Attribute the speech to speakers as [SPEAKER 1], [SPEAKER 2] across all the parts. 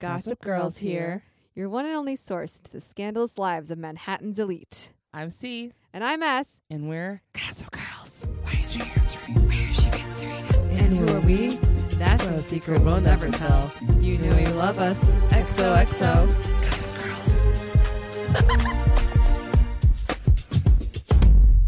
[SPEAKER 1] Gossip Girls here, your one and only source to the scandalous lives of Manhattan's elite.
[SPEAKER 2] I'm C,
[SPEAKER 1] And I'm S.
[SPEAKER 2] and we're
[SPEAKER 1] Gossip Girls.
[SPEAKER 3] Why is she answering? Where is she been Serena?
[SPEAKER 2] and who are we?
[SPEAKER 1] That's
[SPEAKER 2] a secret we'll never tell.
[SPEAKER 1] You know you love us. XOXO.
[SPEAKER 3] Gossip Girls.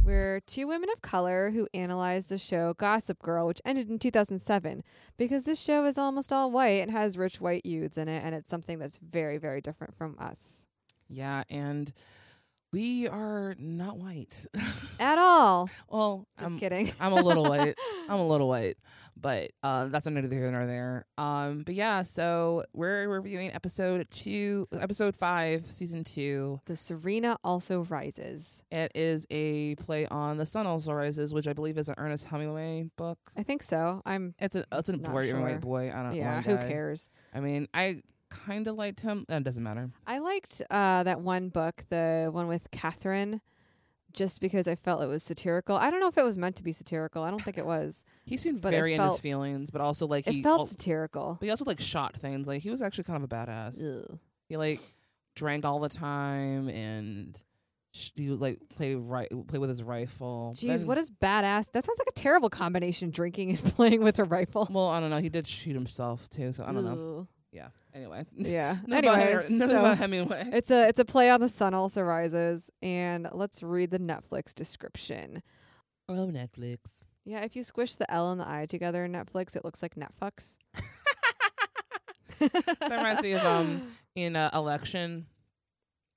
[SPEAKER 1] We're two women of color who analyzed the show Gossip Girl, which ended in 2007, because this show is almost all white and has rich white youths in it, and it's something that's very, very different from us.
[SPEAKER 2] Yeah, and we are not white.
[SPEAKER 1] At all.
[SPEAKER 2] well,
[SPEAKER 1] Just
[SPEAKER 2] I'm,
[SPEAKER 1] kidding.
[SPEAKER 2] I'm a little white. I'm a little white, but uh, that's another here nor there. Um, but yeah, so we're reviewing episode two, episode five, season two.
[SPEAKER 1] The Serena also rises.
[SPEAKER 2] It is a play on The Sun Also Rises, which I believe is an Ernest Hemingway book.
[SPEAKER 1] I think so. I'm.
[SPEAKER 2] It's an it's an
[SPEAKER 1] Not
[SPEAKER 2] boy,
[SPEAKER 1] sure.
[SPEAKER 2] white boy. I don't.
[SPEAKER 1] Yeah,
[SPEAKER 2] one
[SPEAKER 1] who
[SPEAKER 2] guy.
[SPEAKER 1] cares?
[SPEAKER 2] I mean, I kind of liked him. Uh, It doesn't matter.
[SPEAKER 1] I liked uh, that one book, the one with Catherine, just because I felt it was satirical. I don't know if it was meant to be satirical. I don't think it was.
[SPEAKER 2] He seemed
[SPEAKER 1] But it
[SPEAKER 2] very in his
[SPEAKER 1] felt-
[SPEAKER 2] feelings, but also like he
[SPEAKER 1] it felt
[SPEAKER 2] al-
[SPEAKER 1] satirical.
[SPEAKER 2] But he also like shot things. Like he was actually kind of a badass.
[SPEAKER 1] Ugh.
[SPEAKER 2] He like drank all the time and sh- he was like play ri- play with his rifle.
[SPEAKER 1] Jeez,
[SPEAKER 2] Then-
[SPEAKER 1] what is badass? That sounds like a terrible combination: drinking and playing with a rifle.
[SPEAKER 2] Well, I don't know. He did shoot himself too, so I don't know.
[SPEAKER 1] Ugh.
[SPEAKER 2] Yeah. Anyway.
[SPEAKER 1] Yeah.
[SPEAKER 2] Nothing about
[SPEAKER 1] Anyways,
[SPEAKER 2] Hen- nothing
[SPEAKER 1] so
[SPEAKER 2] about Hemingway.
[SPEAKER 1] It's a it's a play on the sun also rises, and let's read the Netflix description.
[SPEAKER 2] Oh, Netflix.
[SPEAKER 1] Yeah, if you squish the L and the I together in Netflix, it looks like Netflix.
[SPEAKER 2] That reminds me of um in uh, election.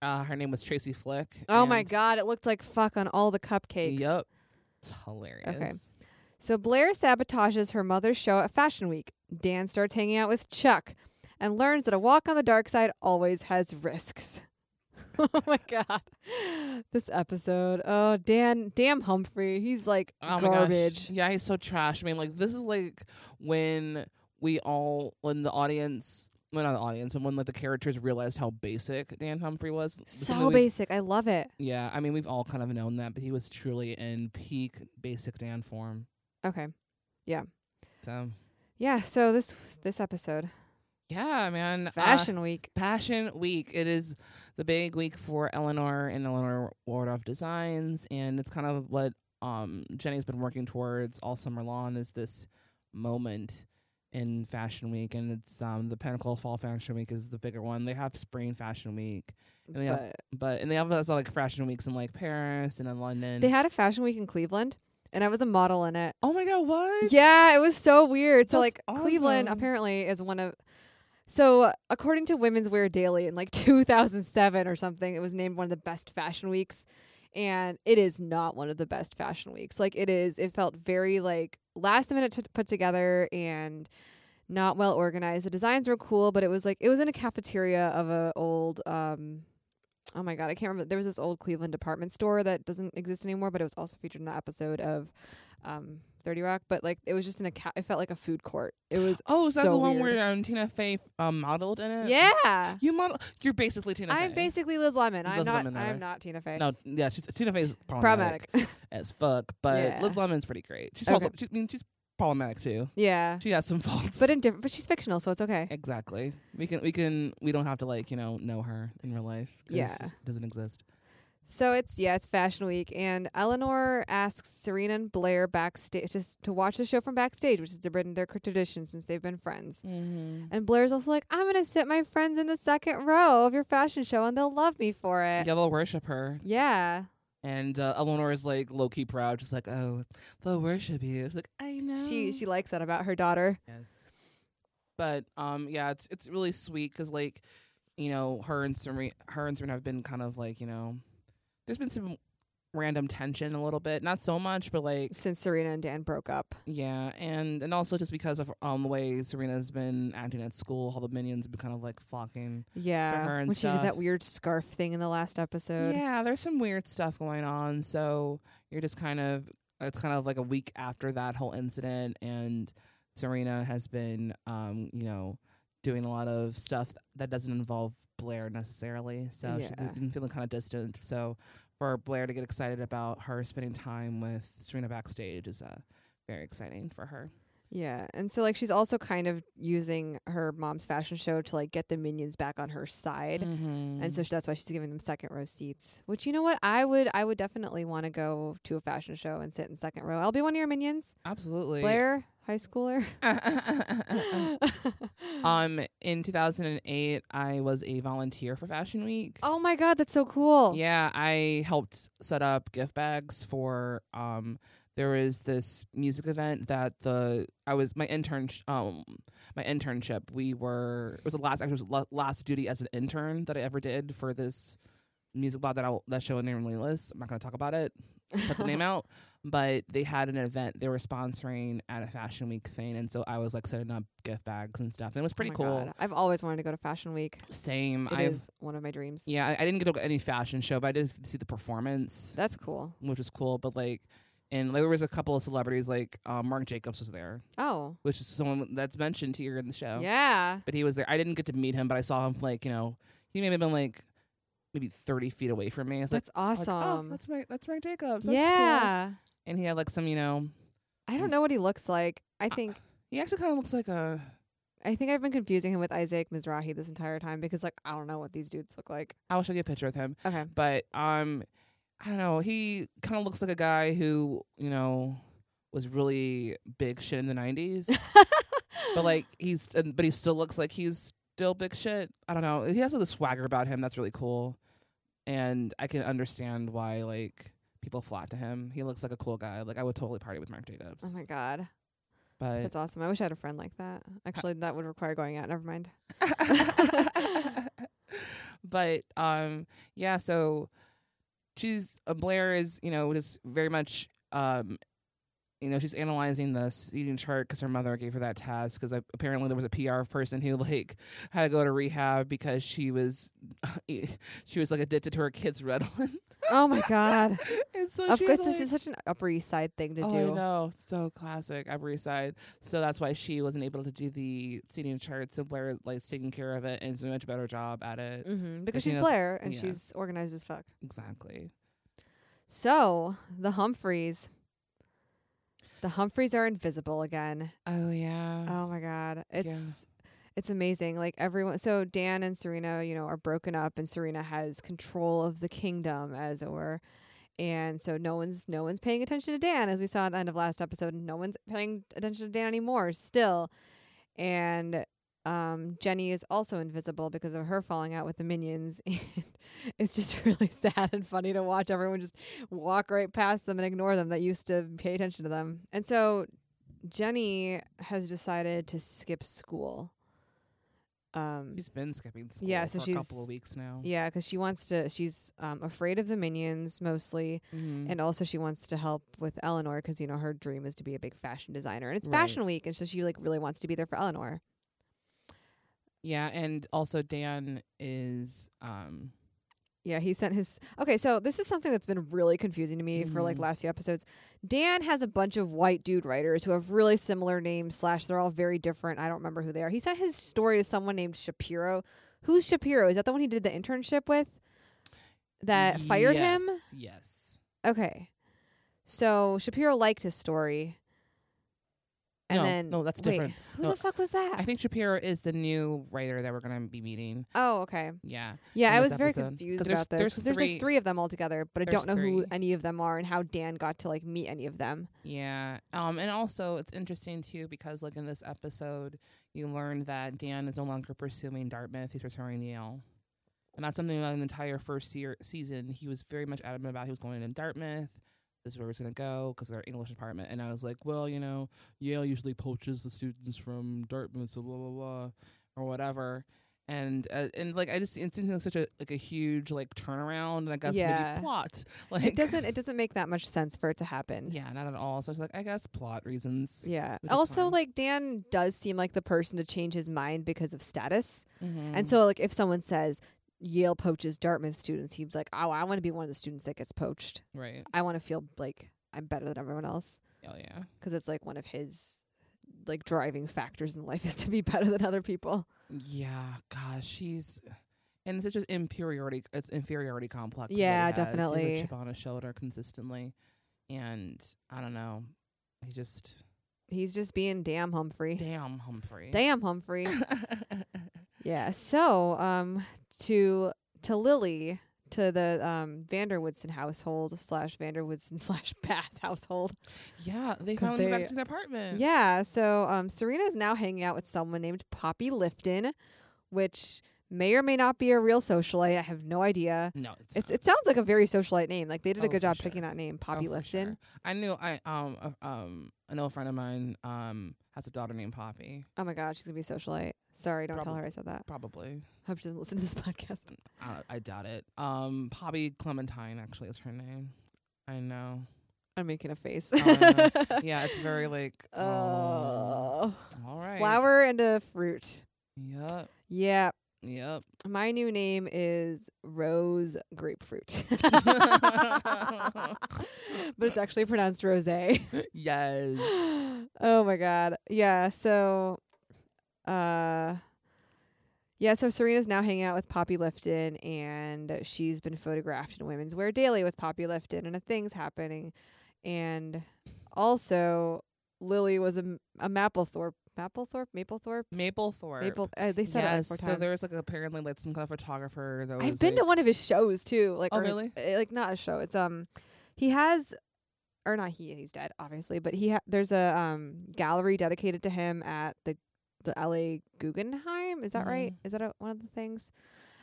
[SPEAKER 2] Uh, her name was Tracy Flick.
[SPEAKER 1] Oh my
[SPEAKER 2] and-
[SPEAKER 1] god, it looked like fuck on all the cupcakes.
[SPEAKER 2] Yep. It's hilarious.
[SPEAKER 1] So Blair sabotages her mother's show at Fashion Week. Dan starts hanging out with Chuck and learns that a walk on the dark side always has risks. oh my god. This episode. Oh, Dan, damn Humphrey. He's like
[SPEAKER 2] Oh my gosh.
[SPEAKER 1] garbage.
[SPEAKER 2] Yeah, he's so trash. I mean, like this is like when we all when the audience well not the audience, but when like the characters realized how basic Dan Humphrey was. This is
[SPEAKER 1] So
[SPEAKER 2] when we've-
[SPEAKER 1] basic. I love it.
[SPEAKER 2] Yeah, I mean we've all kind of known that, but he was truly in peak basic Dan form.
[SPEAKER 1] Okay.
[SPEAKER 2] So
[SPEAKER 1] Yeah, so this this episode.
[SPEAKER 2] yeah,
[SPEAKER 1] it's
[SPEAKER 2] man. uh,
[SPEAKER 1] Fashion Week.
[SPEAKER 2] Passion Week. It is the big week for Eleanor and Eleanor Wardoff Designs, and it's kind of what um, Jenny's been working towards all summer long is this moment in Fashion Week, and it's um, the pinnacle of Fall Fashion Week is the bigger one. They have Spring Fashion Week, and they have
[SPEAKER 1] But
[SPEAKER 2] but and they have also like Fashion Weeks in like Paris and in London.
[SPEAKER 1] they had a Fashion Week in Cleveland and I was a model in it.
[SPEAKER 2] oh my god, what?
[SPEAKER 1] Yeah, it was so weird. so
[SPEAKER 2] That's
[SPEAKER 1] like Cleveland
[SPEAKER 2] awesome.
[SPEAKER 1] apparently is one of so according to Women's Wear Daily in like 2007 or something, it was named one of the best fashion weeks and it is not one of the best fashion weeks. Like it is it felt very like last minute to put together and not well organized. The designs were cool, but it was like it was in a cafeteria of a old um oh my god, I can't remember. There was this old Cleveland department store that doesn't exist anymore, but it was also featured in the episode of um, Thirty Rock. But like, it was just in a ca- it felt like a food court. It was
[SPEAKER 2] Oh, is that
[SPEAKER 1] so
[SPEAKER 2] the one
[SPEAKER 1] weird.
[SPEAKER 2] where um, Tina Fey um, modeled in it?
[SPEAKER 1] Yeah,
[SPEAKER 2] You model. You're basically Tina Fey.
[SPEAKER 1] I'm basically Liz Lemon. I'm
[SPEAKER 2] Liz
[SPEAKER 1] not.
[SPEAKER 2] Lemon, rather.
[SPEAKER 1] I'm not Tina Fey.
[SPEAKER 2] No, yeah, she's, Tina Fey's problematic.
[SPEAKER 1] problematic.
[SPEAKER 2] as fuck. But
[SPEAKER 1] Yeah.
[SPEAKER 2] Liz Lemon's pretty great. She's
[SPEAKER 1] Okay.
[SPEAKER 2] also, she, I mean, she's problematic too.
[SPEAKER 1] yeah,
[SPEAKER 2] She has some faults.
[SPEAKER 1] but in different. But she's fictional, so it's okay.
[SPEAKER 2] exactly, we can we can we don't have to like you know know her in real life. 'cause
[SPEAKER 1] Yeah.
[SPEAKER 2] she doesn't exist.
[SPEAKER 1] So it's yeah, it's Fashion Week, and Eleanor asks Serena and Blair backstage to, s- to watch the show from backstage, which has been their tradition since they've been friends.
[SPEAKER 2] Mm-hmm.
[SPEAKER 1] And Blair's also like, I'm gonna sit my friends in the second row of your fashion show, and they'll love me for it.
[SPEAKER 2] Yeah, they'll worship her,
[SPEAKER 1] Yeah.
[SPEAKER 2] and uh, Eleanor is like low key proud, just like oh, they'll worship you. It's like I know
[SPEAKER 1] She she likes that about her daughter.
[SPEAKER 2] Yes. But um, yeah, it's it's really sweet because like, you know, her and Serena, her and Serena have been kind of like you know, there's been some random tension a little bit, not so much, but like
[SPEAKER 1] Since Serena and Dan broke up.
[SPEAKER 2] yeah, and and also just because of um the way Serena's been acting at school, all the minions have been kind of like flocking.
[SPEAKER 1] Yeah.
[SPEAKER 2] her and
[SPEAKER 1] when she did that
[SPEAKER 2] stuff.
[SPEAKER 1] weird scarf thing in the last episode.
[SPEAKER 2] Yeah, there's some weird stuff going on, so you're just kind of it's kind of like a week after that whole incident, and Serena has been um you know doing a lot of stuff that doesn't involve Blair necessarily, so she's
[SPEAKER 1] Yeah.
[SPEAKER 2] been feeling kind of distant. So for Blair to get excited about her spending time with Serena backstage is uh very exciting for her.
[SPEAKER 1] Yeah. And so like she's also kind of using her mom's fashion show to like get the minions back on her side.
[SPEAKER 2] Mm-hmm.
[SPEAKER 1] And so sh that's why she's giving them second row seats. Which you know what? I would I would definitely want to go to a fashion show and sit in second row. I'll be one of your minions.
[SPEAKER 2] absolutely.
[SPEAKER 1] Blair, high schooler.
[SPEAKER 2] Uh, um, in 2008, I was a volunteer for Fashion Week.
[SPEAKER 1] oh my god, that's so cool.
[SPEAKER 2] Yeah, I helped set up gift bags for um there was this music event that the I was my intern um my internship we were it was the last actually it was la- last duty as an intern that I ever did for this music blog that I will that show in name list. I'm not going to talk about it. Cut the name out. But they had an event they were sponsoring at a fashion week thing and so I was like setting up gift bags and stuff. And it was
[SPEAKER 1] Oh
[SPEAKER 2] pretty
[SPEAKER 1] my
[SPEAKER 2] cool.
[SPEAKER 1] God. I've always wanted to go to fashion week.
[SPEAKER 2] Same.
[SPEAKER 1] It is
[SPEAKER 2] I
[SPEAKER 1] one of my dreams.
[SPEAKER 2] yeah, I, I didn't get to go to any fashion show, but I did see the performance
[SPEAKER 1] That's cool.
[SPEAKER 2] which was cool. But like, and like, there was a couple of celebrities, like um, Mark Jacobs was there,
[SPEAKER 1] Oh.
[SPEAKER 2] which is someone that's mentioned here in the show.
[SPEAKER 1] Yeah.
[SPEAKER 2] But he was there. I didn't get to meet him, but I saw him like, you know, he may have been like maybe 30 feet away from me. I was like,
[SPEAKER 1] That's
[SPEAKER 2] I was
[SPEAKER 1] awesome.
[SPEAKER 2] like, oh, that's Mark, that's Mark Jacobs. That's Cool. Mm.
[SPEAKER 1] yeah.
[SPEAKER 2] And he had like some, you know,
[SPEAKER 1] I don't know what he looks like. I
[SPEAKER 2] Uh,
[SPEAKER 1] think
[SPEAKER 2] he actually kind of looks like a,
[SPEAKER 1] I think I've been confusing him with Isaac Mizrahi this entire time because like I don't know what these dudes look like.
[SPEAKER 2] I'll show you a picture of him.
[SPEAKER 1] Okay.
[SPEAKER 2] But um, I don't know. He kind of looks like a guy who, you know, was really big shit in the 90s. but like he's and- but he still looks like he's still big shit. I don't know. He has the swagger about him that's really cool, and I can understand why like people flock to him. He looks like a cool guy. Like I would totally party with Mark Jacobs.
[SPEAKER 1] Oh my god.
[SPEAKER 2] But
[SPEAKER 1] That's awesome. I wish I had a friend like that. Actually, that would require going out. Never mind.
[SPEAKER 2] but um yeah. So she's uh, Blair is you know just very much um. You know, she's analyzing this eating chart 'cause her mother gave her that task 'cause Because apparently there was a PR person who like had to go to rehab because she was e, she was like addicted to her kids' Ritalin.
[SPEAKER 1] Oh my god.
[SPEAKER 2] and so
[SPEAKER 1] of
[SPEAKER 2] she
[SPEAKER 1] course,
[SPEAKER 2] was
[SPEAKER 1] this
[SPEAKER 2] like-
[SPEAKER 1] is such an Upper East Side thing to
[SPEAKER 2] oh,
[SPEAKER 1] do.
[SPEAKER 2] I know. So classic Upper East Side. So that's why she wasn't able to do the seating chart. So Blair like taking care of it and is a much better job at it.
[SPEAKER 1] Mm-hmm. Because
[SPEAKER 2] she
[SPEAKER 1] she's
[SPEAKER 2] knows-
[SPEAKER 1] Blair and
[SPEAKER 2] yeah.
[SPEAKER 1] she's organized as fuck.
[SPEAKER 2] Exactly.
[SPEAKER 1] So the Humphreys. The Humphreys are invisible again.
[SPEAKER 2] Oh yeah.
[SPEAKER 1] Oh my god, it's it's amazing. Like everyone, so Dan and Serena, you know, are broken up, and Serena has control of the kingdom, as it were. And so no one's no one's paying attention to Dan, as we saw at the end of last episode. No one's paying attention to Dan anymore, still. And um, Jenny is also invisible because of her falling out with the minions, and it's just really sad and funny to watch everyone just walk right past them and ignore them that used to pay attention to them. And so Jenny has decided to skip school. Um,
[SPEAKER 2] She's been skipping school
[SPEAKER 1] Yeah, so
[SPEAKER 2] for a couple
[SPEAKER 1] she's-
[SPEAKER 2] of weeks now.
[SPEAKER 1] yeah, because she wants to. She's um, afraid of the minions mostly,
[SPEAKER 2] Mhm.
[SPEAKER 1] and also she wants to help with Eleanor because you know her dream is to be a big fashion designer, and it's
[SPEAKER 2] Right.
[SPEAKER 1] Fashion Week, and so she like really wants to be there for Eleanor.
[SPEAKER 2] yeah, and also Dan is um
[SPEAKER 1] Yeah, he sent his. Okay, so this is something that's been really confusing to me for like
[SPEAKER 2] Mhm.
[SPEAKER 1] last few episodes. Dan has a bunch of white dude writers who have really similar names. Slash, they're all very different. I don't remember who they are. He sent his story to someone named Shapiro. Who's Shapiro? Is that the one he did the internship with? That fired him.
[SPEAKER 2] yes, Yes.
[SPEAKER 1] Okay, so Shapiro liked his story. And
[SPEAKER 2] No,
[SPEAKER 1] then
[SPEAKER 2] no, that's
[SPEAKER 1] wait,
[SPEAKER 2] different.
[SPEAKER 1] Who
[SPEAKER 2] No,
[SPEAKER 1] the fuck was that?
[SPEAKER 2] I think Shapiro is the new writer that we're gonna be meeting.
[SPEAKER 1] oh, okay.
[SPEAKER 2] Yeah.
[SPEAKER 1] Yeah,
[SPEAKER 2] in
[SPEAKER 1] I
[SPEAKER 2] this
[SPEAKER 1] was very
[SPEAKER 2] episode.
[SPEAKER 1] confused
[SPEAKER 2] 'Cause there's-
[SPEAKER 1] about this.
[SPEAKER 2] there's
[SPEAKER 1] 'cause There's,
[SPEAKER 2] three-
[SPEAKER 1] like three of them altogether, but I don't
[SPEAKER 2] there's
[SPEAKER 1] know who
[SPEAKER 2] three.
[SPEAKER 1] any of them are and how Dan got to like meet any of them.
[SPEAKER 2] Yeah. Um, and also it's interesting too because like in this episode you learn that Dan is no longer pursuing Dartmouth, he's pursuing Yale. And that's something that an entire first year season he was very much adamant about he was going to Dartmouth. This is where he was gonna go because their English department. And I was like, well, you know, Yale usually poaches the students from Dartmouth, so blah blah blah, or whatever. And uh, and like I just it seems like such a like a huge like turnaround. And I guess
[SPEAKER 1] Yeah.
[SPEAKER 2] maybe plot. Like
[SPEAKER 1] It doesn't it doesn't make that much sense for it to happen.
[SPEAKER 2] Yeah, not at all. So it's like I guess plot reasons.
[SPEAKER 1] Yeah.
[SPEAKER 2] Which is
[SPEAKER 1] Also,
[SPEAKER 2] fine.
[SPEAKER 1] like Dan does seem like the person to change his mind because of status.
[SPEAKER 2] Mm-hmm.
[SPEAKER 1] And so, like, if someone says Yale poaches Dartmouth students, he's like, "Oh, I want to be one of the students that gets poached.
[SPEAKER 2] right.
[SPEAKER 1] I want to feel like I'm better than everyone else."
[SPEAKER 2] Oh yeah.
[SPEAKER 1] 'Cause it's like one of his like driving factors in life is to be better than other people.
[SPEAKER 2] Yeah. Gosh, she's and it's just inferiority. It's inferiority complex. is what he
[SPEAKER 1] Yeah,
[SPEAKER 2] has. He has
[SPEAKER 1] definitely.
[SPEAKER 2] a chip on his shoulder consistently, and I don't know. He just
[SPEAKER 1] He's just being damn Humphrey.
[SPEAKER 2] Damn, Humphrey.
[SPEAKER 1] Damn Humphrey. yeah. So, um, to to Lily, to the um Vanderwoodson household slash Vanderwoodson slash Bath household.
[SPEAKER 2] yeah, they
[SPEAKER 1] 'Cause
[SPEAKER 2] found him
[SPEAKER 1] they-
[SPEAKER 2] back to the apartment.
[SPEAKER 1] Yeah. So um, Serena is now hanging out with someone named Poppy Lifton, which may or may not be a real socialite. I have no idea.
[SPEAKER 2] No, it's,
[SPEAKER 1] It's,
[SPEAKER 2] not.
[SPEAKER 1] it sounds like a very socialite name. Like they did a
[SPEAKER 2] Oh,
[SPEAKER 1] good
[SPEAKER 2] for
[SPEAKER 1] job
[SPEAKER 2] sure.
[SPEAKER 1] picking that name,
[SPEAKER 2] Oh,
[SPEAKER 1] Poppy
[SPEAKER 2] for
[SPEAKER 1] Lifton.
[SPEAKER 2] sure. I knew I um uh, um I know a friend of mine um has a daughter named Poppy.
[SPEAKER 1] Oh my God, she's gonna be a socialite. Sorry, don't tell her I said that.
[SPEAKER 2] Probably.
[SPEAKER 1] Hope she doesn't listen to this podcast.
[SPEAKER 2] Uh, I doubt it. Um, Poppy Clementine actually is her name. I know.
[SPEAKER 1] I'm making a face.
[SPEAKER 2] Oh, Yeah, it's very like.
[SPEAKER 1] Oh,
[SPEAKER 2] oh, all right.
[SPEAKER 1] flower and a fruit.
[SPEAKER 2] Yep.
[SPEAKER 1] Yeah,
[SPEAKER 2] Yep.
[SPEAKER 1] my new name is Rose Grapefruit, but it's actually pronounced Rose.
[SPEAKER 2] Yes.
[SPEAKER 1] oh my god. Yeah, so uh yeah, so Serena's now hanging out with Poppy Lifton and she's been photographed in Women's Wear Daily with Poppy Lifton and a thing's happening. And also Lily was a, M- a Mapplethorpe Mapplethorpe? Mapplethorpe?
[SPEAKER 2] Maplethorpe.
[SPEAKER 1] Maple uh, they said
[SPEAKER 2] yes.
[SPEAKER 1] it like four
[SPEAKER 2] So
[SPEAKER 1] times.
[SPEAKER 2] there was like apparently like some kind of photographer that was.
[SPEAKER 1] I've been to
[SPEAKER 2] like-
[SPEAKER 1] one of his shows too. Like,
[SPEAKER 2] Oh,
[SPEAKER 1] or his-
[SPEAKER 2] really?
[SPEAKER 1] eh, like not a show. It's um, he has, or not he. He's dead, obviously. But he ha- there's a um gallery dedicated to him at the the L.A. Guggenheim. Is that right?
[SPEAKER 2] Mm-hmm.
[SPEAKER 1] Is that a, one of the things?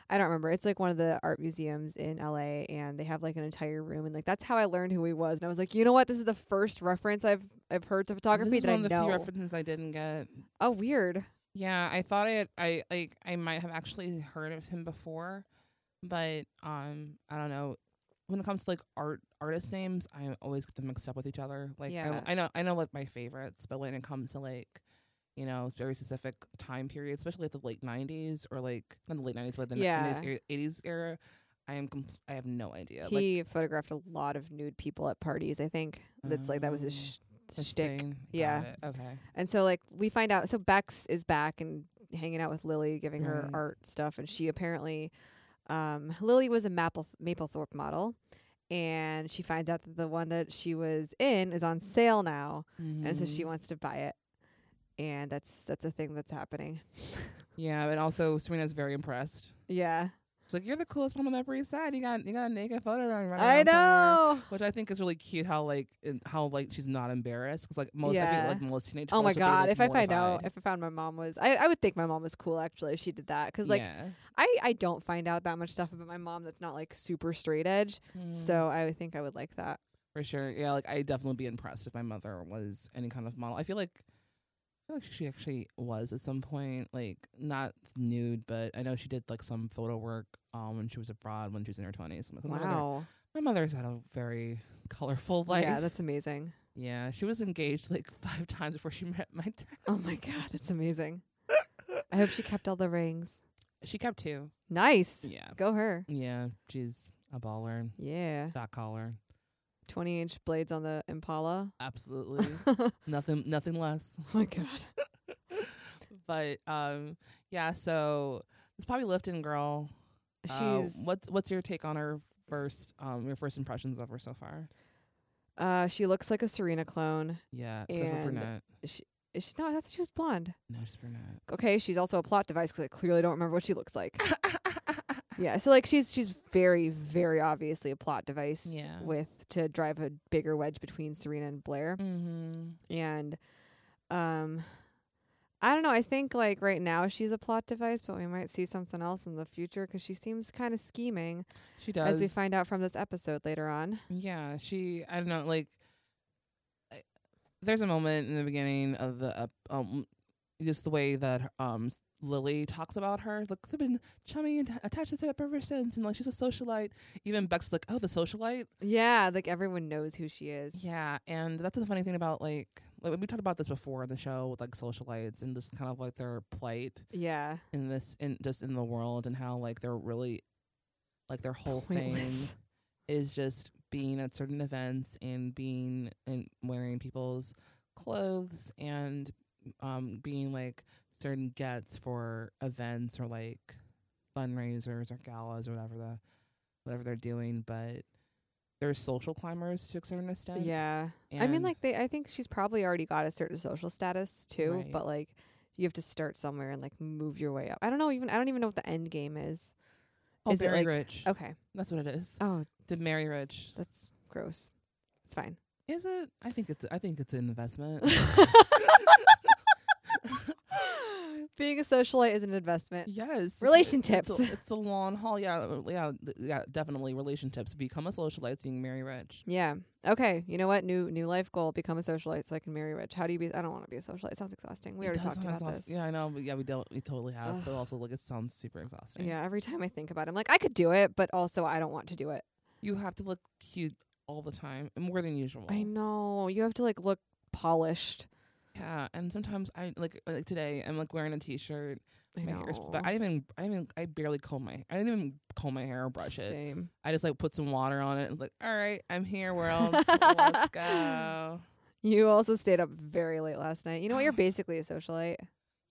[SPEAKER 1] I don't remember. It's like one of the art museums in LA and they have like an entire room and like that's how I learned who he was. And I was like, you know what? This is the first reference I've I've heard to
[SPEAKER 2] Oh, This
[SPEAKER 1] photography
[SPEAKER 2] is
[SPEAKER 1] that I
[SPEAKER 2] one of the few
[SPEAKER 1] know.
[SPEAKER 2] references I didn't get.
[SPEAKER 1] Oh weird.
[SPEAKER 2] Yeah, I thought it. I like. I might have actually heard of him before, but um, I don't know. When it comes to like art artist names, I always get them mixed up with each other. Like
[SPEAKER 1] Yeah.
[SPEAKER 2] I, I know, I know like my favorites, but when it comes to like, you know, very specific time periods, especially like the late '90s or like not the late '90s, but the
[SPEAKER 1] Yeah.
[SPEAKER 2] '90s, era- '80s era, I am. Compl- I have no idea. like,
[SPEAKER 1] he photographed a lot of nude people at parties, I think. That's like that was
[SPEAKER 2] Oh,
[SPEAKER 1] his sh-
[SPEAKER 2] this
[SPEAKER 1] shtick.
[SPEAKER 2] thing. Got
[SPEAKER 1] Yeah.
[SPEAKER 2] it. Okay.
[SPEAKER 1] And so like we find out so Bex is back and hanging out with Lily, giving her
[SPEAKER 2] Right.
[SPEAKER 1] art stuff, and she apparently um Lily was a Maple Maplethorpe model and she finds out that the one that she was in is on sale now and so she
[SPEAKER 2] Mhm.
[SPEAKER 1] wants to buy it. And that's that's a thing that's happening.
[SPEAKER 2] Mm-hmm. Yeah, and also Serena's very impressed.
[SPEAKER 1] yeah.
[SPEAKER 2] It's like you're the coolest mom on the Upper East Side. You got you got a naked photo running around.
[SPEAKER 1] I
[SPEAKER 2] around somewhere."
[SPEAKER 1] know.
[SPEAKER 2] Which I think is really cute. How like in, how like she's not embarrassed because like most I
[SPEAKER 1] Yeah.
[SPEAKER 2] think like most teenage.
[SPEAKER 1] Oh my
[SPEAKER 2] girls, like, they're,
[SPEAKER 1] god,
[SPEAKER 2] like,
[SPEAKER 1] if I find out
[SPEAKER 2] mortified.
[SPEAKER 1] if I found my mom was I, I would think my mom was cool actually if she did that cuz like
[SPEAKER 2] Yeah.
[SPEAKER 1] I I don't find out that much stuff about my mom that's not like super straight edge.
[SPEAKER 2] Mm,
[SPEAKER 1] So I would think I would like that.
[SPEAKER 2] Mm-hmm. for sure, yeah, like I definitely be impressed if my mother was any kind of model. I feel like I feel like she actually was at some point, like not nude, but I know she did like some photo work um when she was abroad when she was in her twenties. "Oh
[SPEAKER 1] Wow.
[SPEAKER 2] my mother's had a very colorful
[SPEAKER 1] S-
[SPEAKER 2] life.
[SPEAKER 1] Yeah, that's amazing.
[SPEAKER 2] yeah. She was engaged like five times before she met my dad.
[SPEAKER 1] Oh my god, that's amazing. I hope she kept all the rings.
[SPEAKER 2] She kept two.
[SPEAKER 1] Nice.
[SPEAKER 2] Yeah.
[SPEAKER 1] Go her.
[SPEAKER 2] Yeah. She's a baller,
[SPEAKER 1] Yeah.
[SPEAKER 2] shot caller.
[SPEAKER 1] 20 inch blades on the Impala.
[SPEAKER 2] Absolutely.
[SPEAKER 1] oh
[SPEAKER 2] nothing nothing less.
[SPEAKER 1] my god.
[SPEAKER 2] But um yeah, so it's probably Lifton girl.
[SPEAKER 1] She's
[SPEAKER 2] Uh, what's what's your take on her first um your first impressions of her so far?
[SPEAKER 1] uh she looks like a Serena clone.
[SPEAKER 2] Yeah, except for
[SPEAKER 1] And-
[SPEAKER 2] brunette.
[SPEAKER 1] Is she No, I thought she was blonde.
[SPEAKER 2] No, she's brunette.
[SPEAKER 1] Okay, she's also a plot device 'cause I clearly don't remember what she looks like. yeah, so like she's she's very very obviously a plot device
[SPEAKER 2] Yeah.
[SPEAKER 1] with to drive a bigger wedge between Serena and Blair.
[SPEAKER 2] Mm-hmm.
[SPEAKER 1] and um i don't know i think like right now she's a plot device but we might see something else in the future 'cause she seems kind of scheming
[SPEAKER 2] She does.
[SPEAKER 1] as we find out from this episode later on
[SPEAKER 2] Yeah, she. I don't know. Like, I- there's a moment in the beginning of the ep- um, just the way that um Lily talks about her. Like they've been chummy and attached to the ever since, and like she's a socialite. Even Beck's like, oh, the socialite.
[SPEAKER 1] yeah like everyone knows who she is
[SPEAKER 2] Yeah, and that's the funny thing about like. Like we talked about this before in the show with like socialites and just kind of like their plight
[SPEAKER 1] yeah
[SPEAKER 2] in this in just in the world and how like they're really like their whole thing
[SPEAKER 1] Pointless.
[SPEAKER 2] is just being at certain events and being and wearing people's clothes and um being like certain gets for events or like fundraisers or galas or whatever the whatever they're doing but they're social climbers to a certain extent.
[SPEAKER 1] Yeah. I mean,
[SPEAKER 2] and-
[SPEAKER 1] like they. I think she's probably already got a certain social status too,
[SPEAKER 2] Right.
[SPEAKER 1] but like you have to start somewhere and like move your way up. I don't know. Even I don't even know what the end game is.
[SPEAKER 2] oh,
[SPEAKER 1] is it
[SPEAKER 2] marry
[SPEAKER 1] like-
[SPEAKER 2] rich?
[SPEAKER 1] Okay.
[SPEAKER 2] That's what it is.
[SPEAKER 1] Oh,
[SPEAKER 2] To marry rich.
[SPEAKER 1] that's gross. It's fine.
[SPEAKER 2] Is it? I think it's. I think it's an investment.
[SPEAKER 1] Being a socialite is an investment.
[SPEAKER 2] Yes. it's a-
[SPEAKER 1] Relationships.
[SPEAKER 2] It's a, it's a long haul. Yeah, uh, yeah, th- yeah, definitely relationships. Become a socialite so you can marry rich.
[SPEAKER 1] Yeah. Okay. You know what? New new life goal: become a socialite so I can marry rich. How do you be? I don't want to be a socialite. It sounds exhausting. We
[SPEAKER 2] It
[SPEAKER 1] already
[SPEAKER 2] does
[SPEAKER 1] talked
[SPEAKER 2] sound
[SPEAKER 1] about
[SPEAKER 2] exhaust-
[SPEAKER 1] this.
[SPEAKER 2] Yeah, I know. But yeah, we dealt, we totally have. But
[SPEAKER 1] Ugh.
[SPEAKER 2] also, like, it sounds super exhausting.
[SPEAKER 1] Yeah. Every time I think about it, I'm like, I could do it, but also I don't want to do it.
[SPEAKER 2] You have to look cute all the time, and more than usual.
[SPEAKER 1] I know. You have to like look polished.
[SPEAKER 2] Yeah, and sometimes I like uh, like today. I'm like wearing a t-shirt.
[SPEAKER 1] I
[SPEAKER 2] My
[SPEAKER 1] know.
[SPEAKER 2] hair's but I even I even I barely comb my. I didn't even comb my hair or brush it.
[SPEAKER 1] Same.
[SPEAKER 2] I just like put some water on it. and was like, all right, I'm here, world. Let's go.
[SPEAKER 1] You also stayed up very late last night. You know what? You're basically a socialite.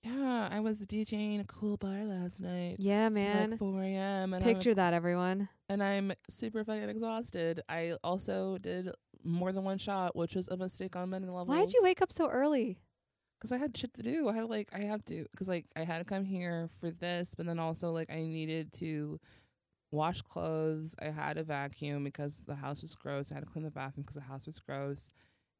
[SPEAKER 2] Yeah, I was DJing a cool bar last night.
[SPEAKER 1] Yeah,
[SPEAKER 2] till,
[SPEAKER 1] man.
[SPEAKER 2] Like 4 a.m. And,
[SPEAKER 1] Picture that, everyone.
[SPEAKER 2] I'm, and I'm super fucking exhausted. I also did more than one shot, which was a mistake on many levels.
[SPEAKER 1] Why would you wake up so early?
[SPEAKER 2] Because I had shit to do. I had like I had to because like I had to come here for this, but then also like I needed to wash clothes. I had to vacuum because the house was gross. I had to clean the bathroom because the house was gross,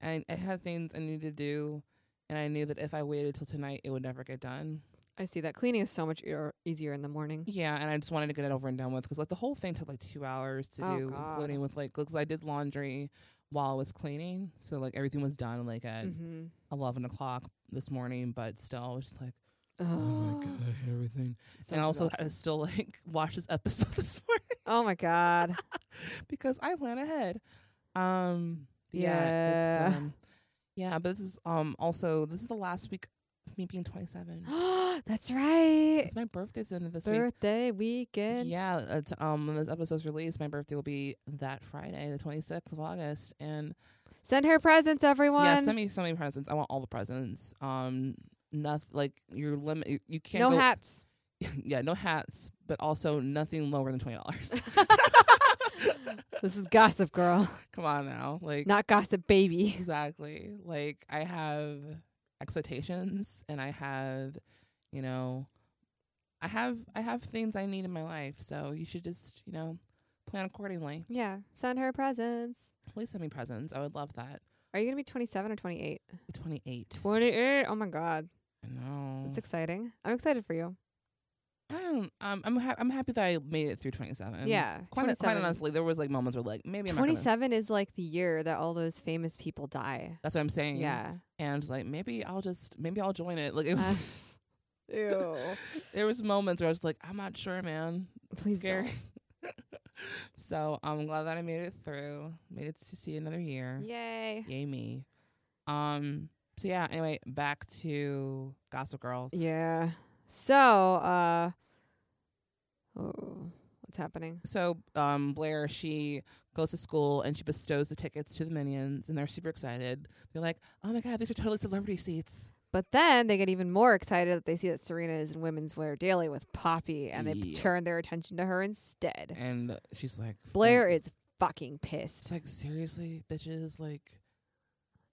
[SPEAKER 2] and I had things I needed to do. And I knew that if I waited till tonight, it would never get done.
[SPEAKER 1] I see that cleaning is so much ear- easier in the morning.
[SPEAKER 2] Yeah, and I just wanted to get it over and done with because like the whole thing took like two hours to
[SPEAKER 1] Oh,
[SPEAKER 2] do,
[SPEAKER 1] God.
[SPEAKER 2] including with like because I did laundry while I was cleaning, so like everything was done like at
[SPEAKER 1] Mm-hmm.
[SPEAKER 2] eleven o'clock this morning. But still, I was just like,
[SPEAKER 1] Oh,
[SPEAKER 2] oh my god, I hate everything. and also, I still like watch this episode this morning
[SPEAKER 1] oh my god.
[SPEAKER 2] because I plan ahead. Um, but yeah, it's,
[SPEAKER 1] Yeah.
[SPEAKER 2] um, yeah, but this is um also this is the last week of me being twenty seven.
[SPEAKER 1] That's right.
[SPEAKER 2] It's my birthday's end of this week.
[SPEAKER 1] Birthday weekend.
[SPEAKER 2] Yeah, uh, t- um, when this episode's released, my birthday will be that Friday, the 26th of August, and
[SPEAKER 1] Send her presents, everyone.
[SPEAKER 2] yeah, send me so many presents. I want all the presents. Um, nothing like your limit. You, you can't.
[SPEAKER 1] no
[SPEAKER 2] go-
[SPEAKER 1] hats.
[SPEAKER 2] yeah, no hats, but also nothing lower than twenty dollars.
[SPEAKER 1] This is gossip, girl,
[SPEAKER 2] Come on now, like
[SPEAKER 1] not gossip, baby.
[SPEAKER 2] exactly. Like I have expectations, and I have, you know, I have I have things I need in my life. So you should just you know plan accordingly.
[SPEAKER 1] Yeah, send her presents.
[SPEAKER 2] Please send me presents. I would love that.
[SPEAKER 1] Are you gonna be 27 or 28?
[SPEAKER 2] 28.
[SPEAKER 1] 28. Oh my god,
[SPEAKER 2] I know.
[SPEAKER 1] it's exciting. I'm excited for you.
[SPEAKER 2] I don't. Um, I'm ha- I'm happy that I made it through 27.
[SPEAKER 1] yeah,
[SPEAKER 2] Quite, quite
[SPEAKER 1] 27.
[SPEAKER 2] honestly, there was like moments where like maybe I'm not gonna.
[SPEAKER 1] 27 is like the year that all those famous people die.
[SPEAKER 2] That's what I'm saying.
[SPEAKER 1] Yeah.
[SPEAKER 2] And like maybe I'll just maybe I'll join it. Like it was.
[SPEAKER 1] Uh, Ew.
[SPEAKER 2] there was moments where I was like, I'm not sure, man.
[SPEAKER 1] Please
[SPEAKER 2] Scary. so I'm glad that I made it through. Made it to see another year.
[SPEAKER 1] don't. Yay.
[SPEAKER 2] Yay me. Um. So yeah. Anyway, back to Gossip Girl.
[SPEAKER 1] Yeah. So, uh, oh, what's happening?
[SPEAKER 2] So um, Blair, she goes to school and she bestows the tickets to the minions, and they're super excited. They're like, "Oh my god, these are totally celebrity seats!"
[SPEAKER 1] But then they get even more excited that they see that Serena is in women's wear daily with Poppy, and they
[SPEAKER 2] Yeah.
[SPEAKER 1] turn their attention to her instead.
[SPEAKER 2] And she's like,
[SPEAKER 1] Blair is fucking
[SPEAKER 2] It's
[SPEAKER 1] pissed.
[SPEAKER 2] like seriously, bitches. Like,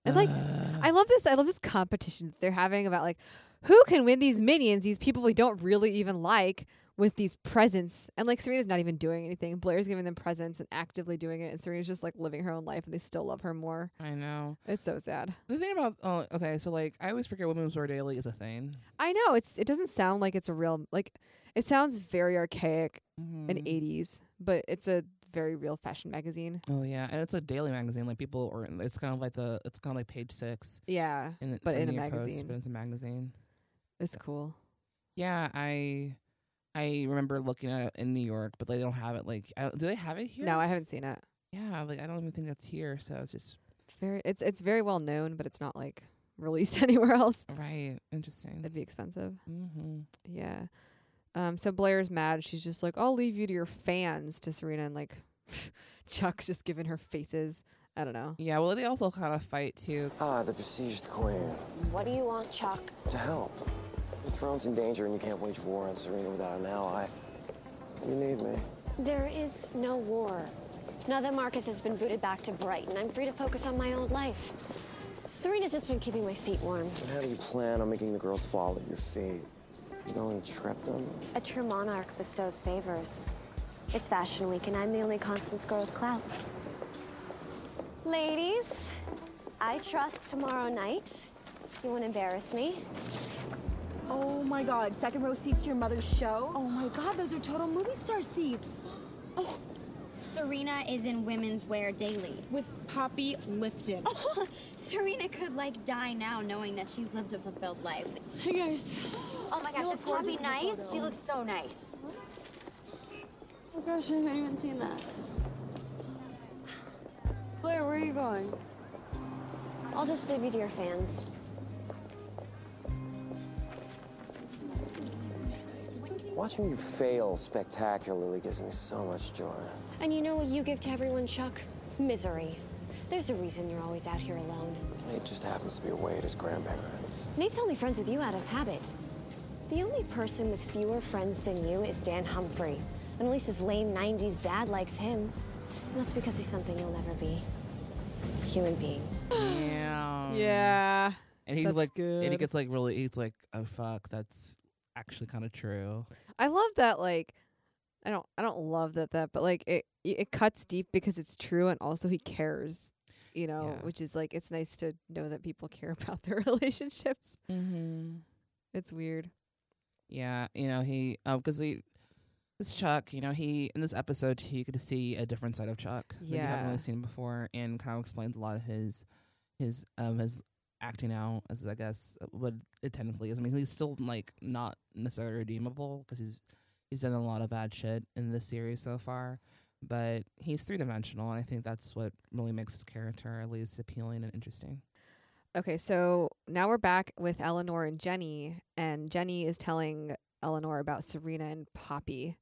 [SPEAKER 1] And like,
[SPEAKER 2] ugh."
[SPEAKER 1] I love this. I love this competition that they're having about like who can win these minions, these people we don't really even like, with these presents. And like Serena's not even doing anything. Blair's giving them presents and actively doing it, and Serena's just like living her own life, and they still love her more.
[SPEAKER 2] I know
[SPEAKER 1] It's so sad.
[SPEAKER 2] the thing about oh okay, so like I always forget Women's Wear Daily is a thing.
[SPEAKER 1] I know it's. It doesn't sound like it's a real like. It sounds very archaic and
[SPEAKER 2] Mhm.
[SPEAKER 1] 80s, but it's a very real fashion magazine.
[SPEAKER 2] Oh yeah, and it's a daily magazine. Like people, or it's kind of like the it's kind of like Page Six,
[SPEAKER 1] Yeah,
[SPEAKER 2] and it's
[SPEAKER 1] But
[SPEAKER 2] a
[SPEAKER 1] in a
[SPEAKER 2] New York Post,
[SPEAKER 1] magazine.
[SPEAKER 2] but it's a magazine.
[SPEAKER 1] it's cool.
[SPEAKER 2] Yeah, I I remember looking at it in New York, but they don't have it. Like, I, do they have it here?
[SPEAKER 1] No, I haven't seen it.
[SPEAKER 2] yeah, like I don't even think that's here. So it's just
[SPEAKER 1] Very. It's it's very well known, but it's not like released anywhere else.
[SPEAKER 2] right interesting.
[SPEAKER 1] That'd be expensive.
[SPEAKER 2] Mm-hmm.
[SPEAKER 1] Yeah. Um. So Blair's mad. She's just like, "I'll leave you to your fans," to Serena, and like, Chuck's just giving her faces. I don't know.
[SPEAKER 2] Yeah, well, they also kind of fight too.
[SPEAKER 4] Ah, the besieged queen.
[SPEAKER 5] What do you want, Chuck?
[SPEAKER 4] To help. Your throne's in danger and you can't wage war on Serena without an ally. You need me.
[SPEAKER 5] There is no war. Now that Marcus has been booted back to Brighton, I'm free to focus on my old life. Serena's just been keeping my seat warm.
[SPEAKER 4] And how do you plan on making the girls follow your fate? You going to trap them?
[SPEAKER 5] A true monarch bestows favors. It's fashion week, and I'm the only Constance girl with clout. Ladies, I trust tomorrow night you won't embarrass me.
[SPEAKER 6] Oh my god, second row seats to your mother's show? Oh my god, those are total movie star seats.
[SPEAKER 7] Serena is in Women's Wear Daily.
[SPEAKER 6] With Poppy Lifton.
[SPEAKER 7] Serena could like die now knowing that she's lived a fulfilled life.
[SPEAKER 6] Hey guys.
[SPEAKER 7] Oh my gosh, is Poppy nice? She looks so nice.
[SPEAKER 6] Oh gosh, I haven't even seen that. Blair, where are you going?
[SPEAKER 5] I'll just leave you to your fans.
[SPEAKER 4] Watching you fail spectacularly gives me so much joy.
[SPEAKER 5] And you know what you give to everyone, Chuck? Misery. There's a reason you're always out here alone.
[SPEAKER 4] Nate just happens to be away at his grandparents.
[SPEAKER 5] Nate's only friends with you out of habit. The only person with fewer friends than you is Dan Humphrey. And at least his lame 90s dad likes him. And that's because he's something you'll never be. A human being.
[SPEAKER 2] Yeah.
[SPEAKER 1] Yeah.
[SPEAKER 2] And he's
[SPEAKER 1] That's
[SPEAKER 2] like, and he
[SPEAKER 1] good.
[SPEAKER 2] gets like really, he's like, oh fuck, that's actually kind of true.
[SPEAKER 1] I love that like I don't I don't love that that but like it it cuts deep because it's true and also he cares. You know,
[SPEAKER 2] Yeah.
[SPEAKER 1] which is like it's nice to know that people care about their relationships.
[SPEAKER 2] Mm-hmm.
[SPEAKER 1] It's weird.
[SPEAKER 2] Yeah, you know he, because he, it's Chuck. You know he in this episode he could see a different side of Chuck that you haven't
[SPEAKER 1] Yeah.
[SPEAKER 2] really seen before, and kind of explains a lot of his, his um his acting out as I guess uh, what it technically is. I mean he's still like not necessarily redeemable because he's he's done a lot of bad shit in this series so far, but he's three dimensional, and I think that's what really makes his character at least appealing and interesting.
[SPEAKER 1] Okay, so now we're back with Eleanor and Jenny and Jenny is telling Eleanor about Serena and Poppy.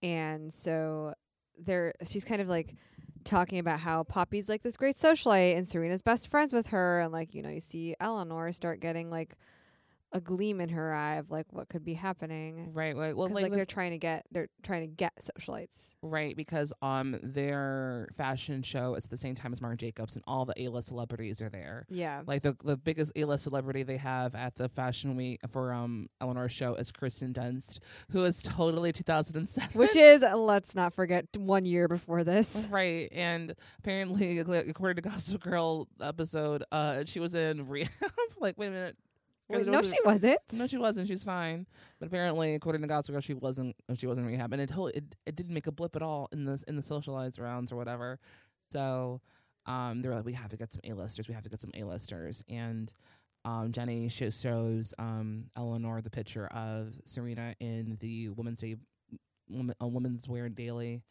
[SPEAKER 1] And so they're she's kind of like talking about how Poppy's like this great socialite and Serena's best friends with her and like, you know, you see Eleanor start getting like a gleam in her eye of like what could be happening.
[SPEAKER 2] Right. Like, well,
[SPEAKER 1] 'Cause, like they're trying to get they're trying to get socialites.
[SPEAKER 2] Right, because um their fashion show is at the same time as Marc Jacobs and all the A list celebrities are there.
[SPEAKER 1] Yeah.
[SPEAKER 2] Like the the biggest A list celebrity they have at the fashion week for um Eleanor's show is Kristen Dunst, who is totally two thousand and seven.
[SPEAKER 1] Which is let's not forget one year before this.
[SPEAKER 2] Right, and apparently, ac- according to Gossip Girl episode, uh, she was in rehab. like, wait a minute, 'Cause
[SPEAKER 1] Wait,
[SPEAKER 2] it
[SPEAKER 1] no,
[SPEAKER 2] wasn't-
[SPEAKER 1] she wasn't.
[SPEAKER 2] no, she wasn't. She was fine. But apparently, according to Gossip Girl, she wasn't. uh, She wasn't in rehab, and it totally it, it didn't make a blip at all in the in the socialized rounds or whatever. So, um, they were like, we have to get some A listers. We have to get some A listers. And, um, Jenny sho- shows um Eleanor the picture of Serena in the Women's Day, women, uh, Women's Wear Daily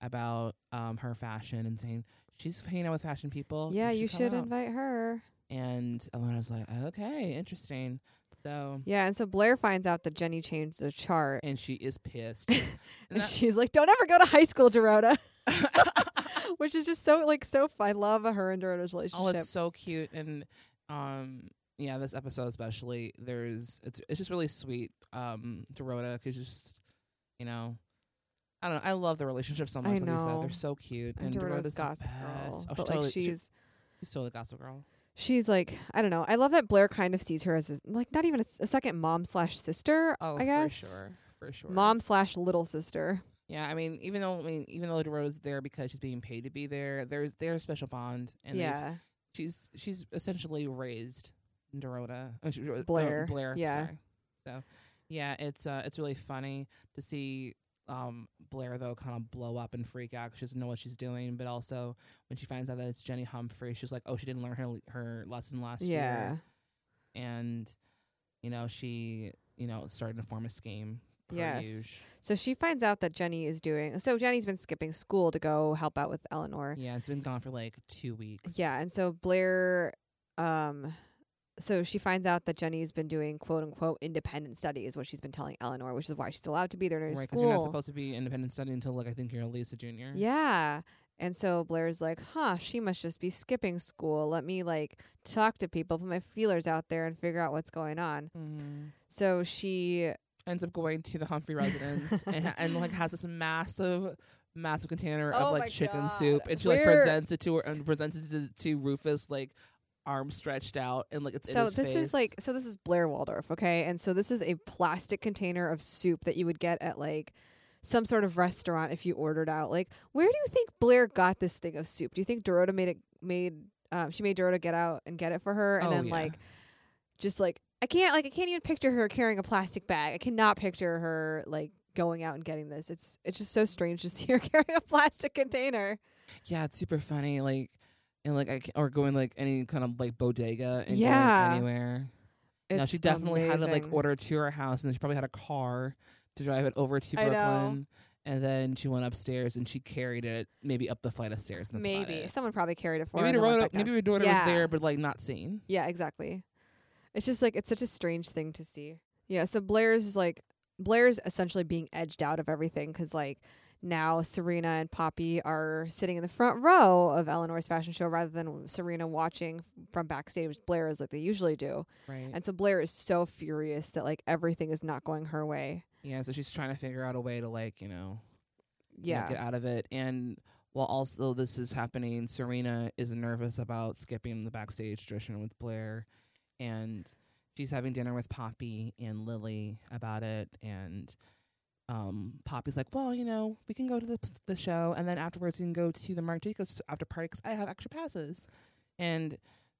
[SPEAKER 2] about um her fashion and saying she's hanging out with fashion people.
[SPEAKER 1] yeah, you
[SPEAKER 2] come
[SPEAKER 1] should
[SPEAKER 2] out."
[SPEAKER 1] invite her.
[SPEAKER 2] And Eleanor's like, okay, interesting. So
[SPEAKER 1] Yeah, and so Blair finds out that Jenny changed the chart.
[SPEAKER 2] and she is pissed. And
[SPEAKER 1] And
[SPEAKER 2] that-
[SPEAKER 1] she's like, "Don't ever go to high school, Dorota," which is just so like so. Fun. I love her and Dorota's
[SPEAKER 2] oh,
[SPEAKER 1] relationship.
[SPEAKER 2] it's so cute, and um, yeah, this episode especially, there's it's it's just really sweet. Um, Dorota, because just you know, I don't know, I love the relationship so much.
[SPEAKER 1] I
[SPEAKER 2] like you said,
[SPEAKER 1] know.
[SPEAKER 2] they're so cute,
[SPEAKER 1] and Dorota's
[SPEAKER 2] Dorota's the
[SPEAKER 1] gossip girl,
[SPEAKER 2] best. Oh,
[SPEAKER 1] but
[SPEAKER 2] totally,
[SPEAKER 1] like
[SPEAKER 2] she-
[SPEAKER 1] she's
[SPEAKER 2] she's totally a gossip girl.
[SPEAKER 1] she's like I don't know. I love that Blair kind of sees her as a, like not even a, s- a second mom slash sister.
[SPEAKER 2] Oh,
[SPEAKER 1] I guess
[SPEAKER 2] for sure, for sure.
[SPEAKER 1] mom slash little sister.
[SPEAKER 2] Yeah, I mean, even though I mean, even though Dorota's there because she's being paid to be there, there's there's a special bond, and they've-
[SPEAKER 1] yeah,
[SPEAKER 2] she's she's essentially raised Dorota uh, she- uh,
[SPEAKER 1] Blair,
[SPEAKER 2] Blair,
[SPEAKER 1] yeah.
[SPEAKER 2] sorry. So, yeah, it's uh, it's really funny to see um Blair though kind of blow up and freak out 'cause she doesn't know what she's doing, but also when she finds out that it's Jenny Humphrey, she's like, oh, she didn't learn her her lesson last
[SPEAKER 1] yeah,
[SPEAKER 2] year, and you know she you know started to form a scheme. per
[SPEAKER 1] Yes.
[SPEAKER 2] usual.
[SPEAKER 1] So she finds out that Jenny is doing. So Jenny's been skipping school to go help out with Eleanor.
[SPEAKER 2] Yeah, it's been gone for like two weeks.
[SPEAKER 1] Yeah, and so Blair, um, so she finds out that Jenny's been doing quote unquote independent study is what she's been telling Eleanor, which is why she's allowed to be there in her
[SPEAKER 2] Right, 'cause
[SPEAKER 1] school.
[SPEAKER 2] you're not supposed to be independent study until like I think you're at least a junior.
[SPEAKER 1] yeah, and so Blair's like, "Huh, she must just be skipping school. Let me like talk to people, put my feelers out there, and figure out what's going on."
[SPEAKER 2] Mm-hmm.
[SPEAKER 1] So she
[SPEAKER 2] ends up going to the Humphrey residence and, and like has this massive, massive container
[SPEAKER 1] Oh
[SPEAKER 2] of
[SPEAKER 1] my
[SPEAKER 2] like chicken
[SPEAKER 1] God.
[SPEAKER 2] soup, and she like
[SPEAKER 1] Where-
[SPEAKER 2] presents it to her and presents it to, to Rufus like arm stretched out and like it's in
[SPEAKER 1] so
[SPEAKER 2] his
[SPEAKER 1] this
[SPEAKER 2] face.
[SPEAKER 1] is like so this is Blair Waldorf, okay? And so this is a plastic container of soup that you would get at like some sort of restaurant if you ordered out. Like, where do you think Blair got this thing of soup? Do you think Dorota made it made um, she made Dorota get out and get it for her and
[SPEAKER 2] Oh,
[SPEAKER 1] then
[SPEAKER 2] yeah.
[SPEAKER 1] like just like I can't like I can't even picture her carrying a plastic bag. I cannot picture her like going out and getting this. It's it's just so strange to see her carrying a plastic container.
[SPEAKER 2] yeah, it's super funny like. And like I c- or going like any kind of like bodega and
[SPEAKER 1] Yeah.
[SPEAKER 2] going anywhere.
[SPEAKER 1] It's
[SPEAKER 2] no, she definitely had to like
[SPEAKER 1] amazing.
[SPEAKER 2] order to her house, and then she probably had a car to drive it over to
[SPEAKER 1] I know.
[SPEAKER 2] Brooklyn, and then she went upstairs and she carried it maybe up the flight of stairs. And that's about
[SPEAKER 1] Maybe
[SPEAKER 2] it.
[SPEAKER 1] someone probably carried it for her. and
[SPEAKER 2] maybe the
[SPEAKER 1] then went
[SPEAKER 2] road,
[SPEAKER 1] back
[SPEAKER 2] maybe
[SPEAKER 1] downstairs.
[SPEAKER 2] her daughter
[SPEAKER 1] Yeah.
[SPEAKER 2] was there but like not seen.
[SPEAKER 1] Yeah, exactly. It's just like it's such a strange thing to see. Yeah, so Blair's like Blair's essentially being edged out of everything cuz like now Serena and Poppy are sitting in the front row of Eleanor's fashion show rather than Serena watching f- from backstage Blair is like they usually do.
[SPEAKER 2] Right.
[SPEAKER 1] And so Blair is so furious that like everything is not going her way.
[SPEAKER 2] yeah, so she's trying to figure out a way to like, you know, you know,
[SPEAKER 1] Yeah.
[SPEAKER 2] get out of it. And while also this is happening, Serena is nervous about skipping the backstage tradition with Blair and she's having dinner with Poppy and Lily about it and um, Poppy's like, well, you know, we can go to the the show, and then afterwards we can go to the Marc Jacobs after party 'cause I have extra passes. And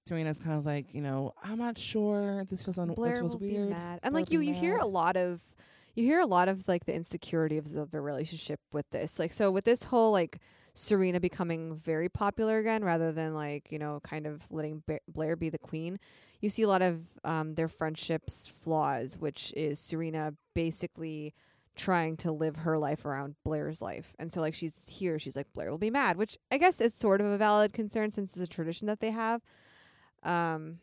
[SPEAKER 2] Serena's kind of like, you know, I'm not sure. This feels un- this
[SPEAKER 1] Blair
[SPEAKER 2] feels
[SPEAKER 1] will
[SPEAKER 2] weird.
[SPEAKER 1] be mad. And
[SPEAKER 2] Blair
[SPEAKER 1] like
[SPEAKER 2] will
[SPEAKER 1] you
[SPEAKER 2] be
[SPEAKER 1] you hear
[SPEAKER 2] mad.
[SPEAKER 1] a lot of you hear a lot of like the insecurity of the, the relationship with this. Like so with this whole like Serena becoming very popular again rather than like, you know, kind of letting Ba- Blair be the queen. You see a lot of um their friendships flaws, which is Serena basically trying to live her life around Blair's life. And so like she's here, she's like Blair will be mad, which I guess is sort of a valid concern since it's a tradition that they have. Um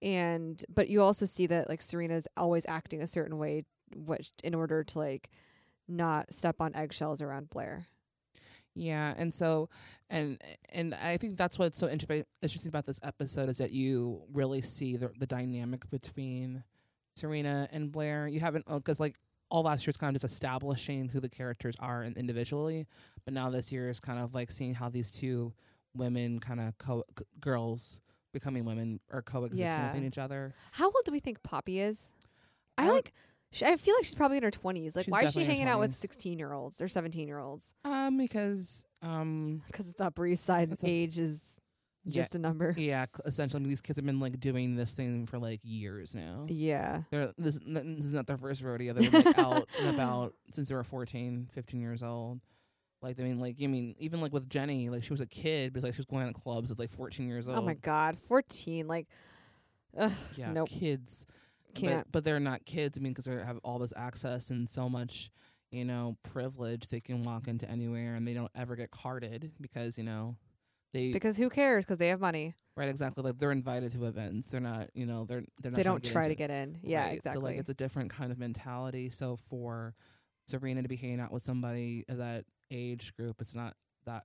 [SPEAKER 1] and but you also see that like Serena's always acting a certain way which in order to like not step on eggshells around Blair.
[SPEAKER 2] Yeah, and so, and and I think that's what's so inter- interesting about this episode is that you really see the the dynamic between Serena and Blair. You haven't because like all last year's kind of just establishing who the characters are and individually, but now this year is kind of like seeing how these two women kind of co- g- girls becoming women are coexisting
[SPEAKER 1] Yeah.
[SPEAKER 2] within each other.
[SPEAKER 1] How old do we think Poppy is? I,
[SPEAKER 2] I don't-
[SPEAKER 1] like sh I feel like she's probably in her 20s. Like
[SPEAKER 2] She's
[SPEAKER 1] why is she
[SPEAKER 2] definitely in her
[SPEAKER 1] hanging out with
[SPEAKER 2] 20s.
[SPEAKER 1] 16-year-olds or 17-year-olds?
[SPEAKER 2] Um, because um,
[SPEAKER 1] Cuz it's the Upper East Side and
[SPEAKER 2] That's a-
[SPEAKER 1] age is
[SPEAKER 2] Yeah.
[SPEAKER 1] just a number.
[SPEAKER 2] yeah, c- essentially these kids have been like doing this thing for like years now.
[SPEAKER 1] Yeah.
[SPEAKER 2] They're, this, n- this is not their first rodeo. They've been like, out and about since they were 14, 15 years old. Like, I mean, like, I mean, even like with Jenny, like she was a kid, but like she was going to clubs at like 14 years old.
[SPEAKER 1] Oh my god, 14 like ugh,
[SPEAKER 2] Yeah,
[SPEAKER 1] nope,
[SPEAKER 2] kids. But-
[SPEAKER 1] can't.
[SPEAKER 2] But, they're not kids. I mean, because they have all this access and so much, you know, privilege. They can walk into anywhere and they don't ever get carded because, you know, they
[SPEAKER 1] because who cares cuz they have money.
[SPEAKER 2] right exactly like they're invited to events. They're not, you know, they're they're not
[SPEAKER 1] They
[SPEAKER 2] trying
[SPEAKER 1] don't
[SPEAKER 2] to get
[SPEAKER 1] try
[SPEAKER 2] into
[SPEAKER 1] to get in. Yeah,
[SPEAKER 2] Right,
[SPEAKER 1] exactly.
[SPEAKER 2] So like it's a different kind of mentality. So for Serena to be hanging out with somebody of that age group, it's not that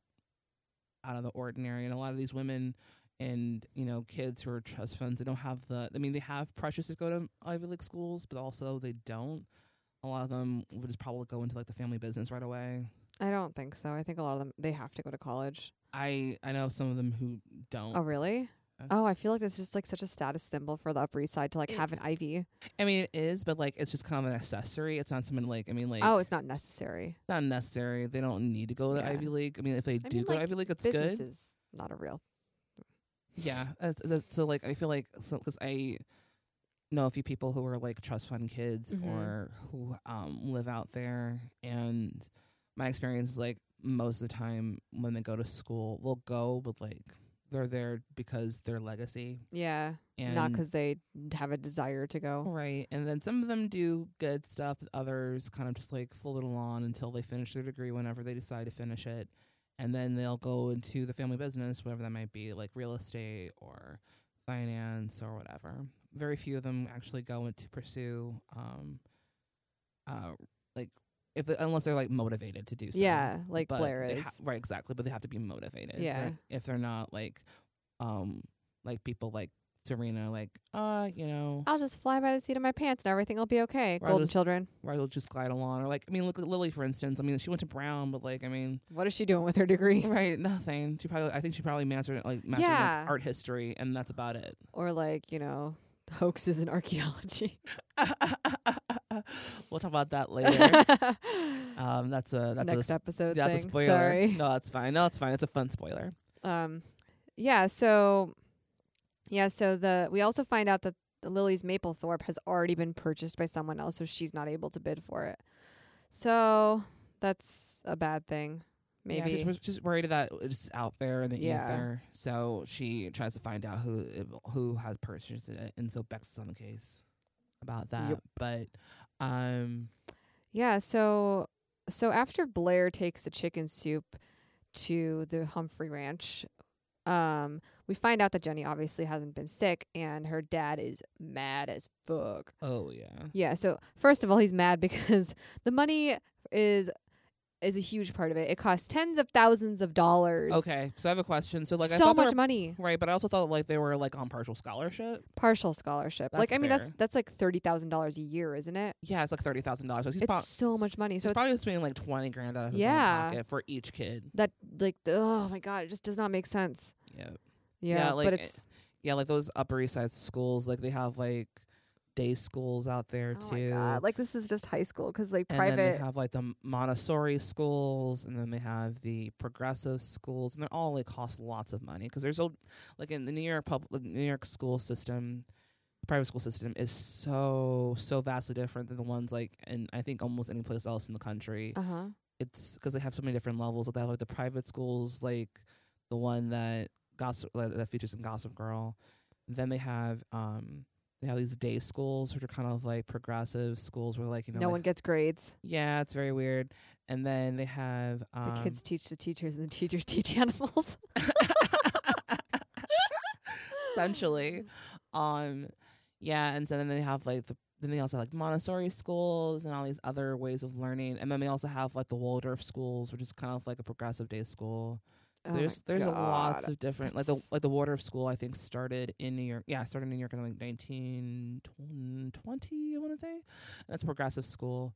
[SPEAKER 2] out of the ordinary. And a lot of these women and you know kids who are trust funds, they don't have the. I mean, they have pressures to go to Ivy League schools, but also they don't. A lot of them would just probably go into like the family business right away.
[SPEAKER 1] I don't think so. I think a lot of them they have to go to college.
[SPEAKER 2] I I know some of them who don't.
[SPEAKER 1] Oh really?
[SPEAKER 2] Uh,
[SPEAKER 1] Oh, I feel like that's just like such a status symbol for the Upper East Side to like have an IV.
[SPEAKER 2] I mean, it is, but like it's just kind of an accessory. It's not something like I mean, like
[SPEAKER 1] Oh, it's not necessary.
[SPEAKER 2] It's not necessary. They don't need to go to
[SPEAKER 1] Yeah.
[SPEAKER 2] Ivy League. I mean, if they do
[SPEAKER 1] mean,
[SPEAKER 2] go
[SPEAKER 1] like,
[SPEAKER 2] to Ivy League, it's
[SPEAKER 1] Business
[SPEAKER 2] good.
[SPEAKER 1] is not a real.
[SPEAKER 2] Yeah. That's, that's, so, like, I feel like, because I know a few people who are like trust fund kids
[SPEAKER 1] Mhm.
[SPEAKER 2] or who um, live out there. And my experience is like most of the time when they go to school, they'll go, but like they're there because their legacy.
[SPEAKER 1] Yeah, Not 'cause
[SPEAKER 2] And
[SPEAKER 1] not because they have a desire to go.
[SPEAKER 2] Right. And then some of them do good stuff, others kind of just like fool it along until they finish their degree whenever they decide to finish it. And then they'll go into the family business, whatever that might be, like real estate or finance or whatever. Very few of them actually go in to pursue um uh like if they, unless they're like motivated to do so.
[SPEAKER 1] Yeah, like Blair
[SPEAKER 2] they
[SPEAKER 1] is.
[SPEAKER 2] ha- right, exactly. But they have to be motivated.
[SPEAKER 1] Yeah.
[SPEAKER 2] Like, if they're not like um like people like Serena like, uh, you know,
[SPEAKER 1] I'll just fly by the seat of my pants and everything will be okay.
[SPEAKER 2] Or I'll
[SPEAKER 1] Golden
[SPEAKER 2] just-
[SPEAKER 1] children.
[SPEAKER 2] or I'll just glide along. Or like, I mean, look at Lily for instance. I mean, she went to Brown, but like, I mean,
[SPEAKER 1] What is she doing with her degree?
[SPEAKER 2] right, nothing. She probably, I think she probably mastered like mastered
[SPEAKER 1] Yeah.
[SPEAKER 2] like, art history, and that's about it.
[SPEAKER 1] Or like, you know, hoaxes in archaeology.
[SPEAKER 2] we'll talk about that later. um, that's a that's
[SPEAKER 1] Next
[SPEAKER 2] a s-
[SPEAKER 1] episode
[SPEAKER 2] that's a
[SPEAKER 1] thing.
[SPEAKER 2] spoiler.
[SPEAKER 1] Sorry.
[SPEAKER 2] No, that's fine. No, it's fine. It's a fun spoiler.
[SPEAKER 1] um yeah so yeah so the we also find out that lily's maplethorpe has already been purchased by someone else so she's not able to bid for it so that's a bad thing
[SPEAKER 2] Yeah,
[SPEAKER 1] maybe
[SPEAKER 2] just, just worried that it's out there in the
[SPEAKER 1] Yeah.
[SPEAKER 2] ether. So she tries to find out who it- who has purchased it, and so Bex is on the case about that.
[SPEAKER 1] Yep.
[SPEAKER 2] But um,
[SPEAKER 1] yeah so so after blair takes the chicken soup to the humphrey ranch um we find out that jenny obviously hasn't been sick and her dad is mad as fuck
[SPEAKER 2] oh yeah,
[SPEAKER 1] Yeah. So first of all, he's mad because the money is is a huge part of it. It costs tens of thousands of dollars.
[SPEAKER 2] okay. So I have a question. So like, I
[SPEAKER 1] so
[SPEAKER 2] thought they
[SPEAKER 1] much
[SPEAKER 2] were-
[SPEAKER 1] money.
[SPEAKER 2] Right, but I also thought like they were like on partial scholarship.
[SPEAKER 1] Partial scholarship. like
[SPEAKER 2] That's
[SPEAKER 1] I mean, that's
[SPEAKER 2] fair.
[SPEAKER 1] that's like thirty thousand dollars a year, isn't it?
[SPEAKER 2] Yeah, it's like thirty thousand dollars. So he's
[SPEAKER 1] It's
[SPEAKER 2] prob-
[SPEAKER 1] so much money.
[SPEAKER 2] he's
[SPEAKER 1] So it's
[SPEAKER 2] probably spending like twenty grand out of his
[SPEAKER 1] Yeah.
[SPEAKER 2] own pocket for each kid.
[SPEAKER 1] that like the, oh my god, it just does not make sense.
[SPEAKER 2] Yeah.
[SPEAKER 1] Yeah.
[SPEAKER 2] Yeah, like, eh,
[SPEAKER 1] but
[SPEAKER 2] it-
[SPEAKER 1] it's
[SPEAKER 2] Yeah, like those Upper East Side schools, like they have like day schools out there
[SPEAKER 1] oh my
[SPEAKER 2] too.
[SPEAKER 1] god, like this is just high school because like
[SPEAKER 2] and then
[SPEAKER 1] private.
[SPEAKER 2] they have like the M- Montessori schools, and then they have the progressive schools, and they're all like cost lots of money because there's a like in the New York public New York school system, private school system is so so vastly different than the ones like in I think almost any place else in the country.
[SPEAKER 1] Uh huh.
[SPEAKER 2] It's because they have so many different levels. They have like the private schools, like the one that gossip that that features in Gossip Girl. Then they have um they have these day schools, which are kind of like progressive schools where like you know
[SPEAKER 1] no
[SPEAKER 2] like,
[SPEAKER 1] one gets grades.
[SPEAKER 2] yeah, it's very weird. And then they have
[SPEAKER 1] The
[SPEAKER 2] um,
[SPEAKER 1] kids teach the teachers, and the teachers teach animals.
[SPEAKER 2] essentially. Um, yeah, and so then they have like the then they also have, like Montessori schools and all these other ways of learning, and then they also have like the Waldorf schools, which is kind of like a progressive day school.
[SPEAKER 1] Oh my
[SPEAKER 2] there's there's a lots
[SPEAKER 1] God.
[SPEAKER 2] of different like the
[SPEAKER 1] That's-
[SPEAKER 2] like the Waldorf school I think started in New York. Yeah, it started in New York in like 1920, I want to say. And that's a progressive school.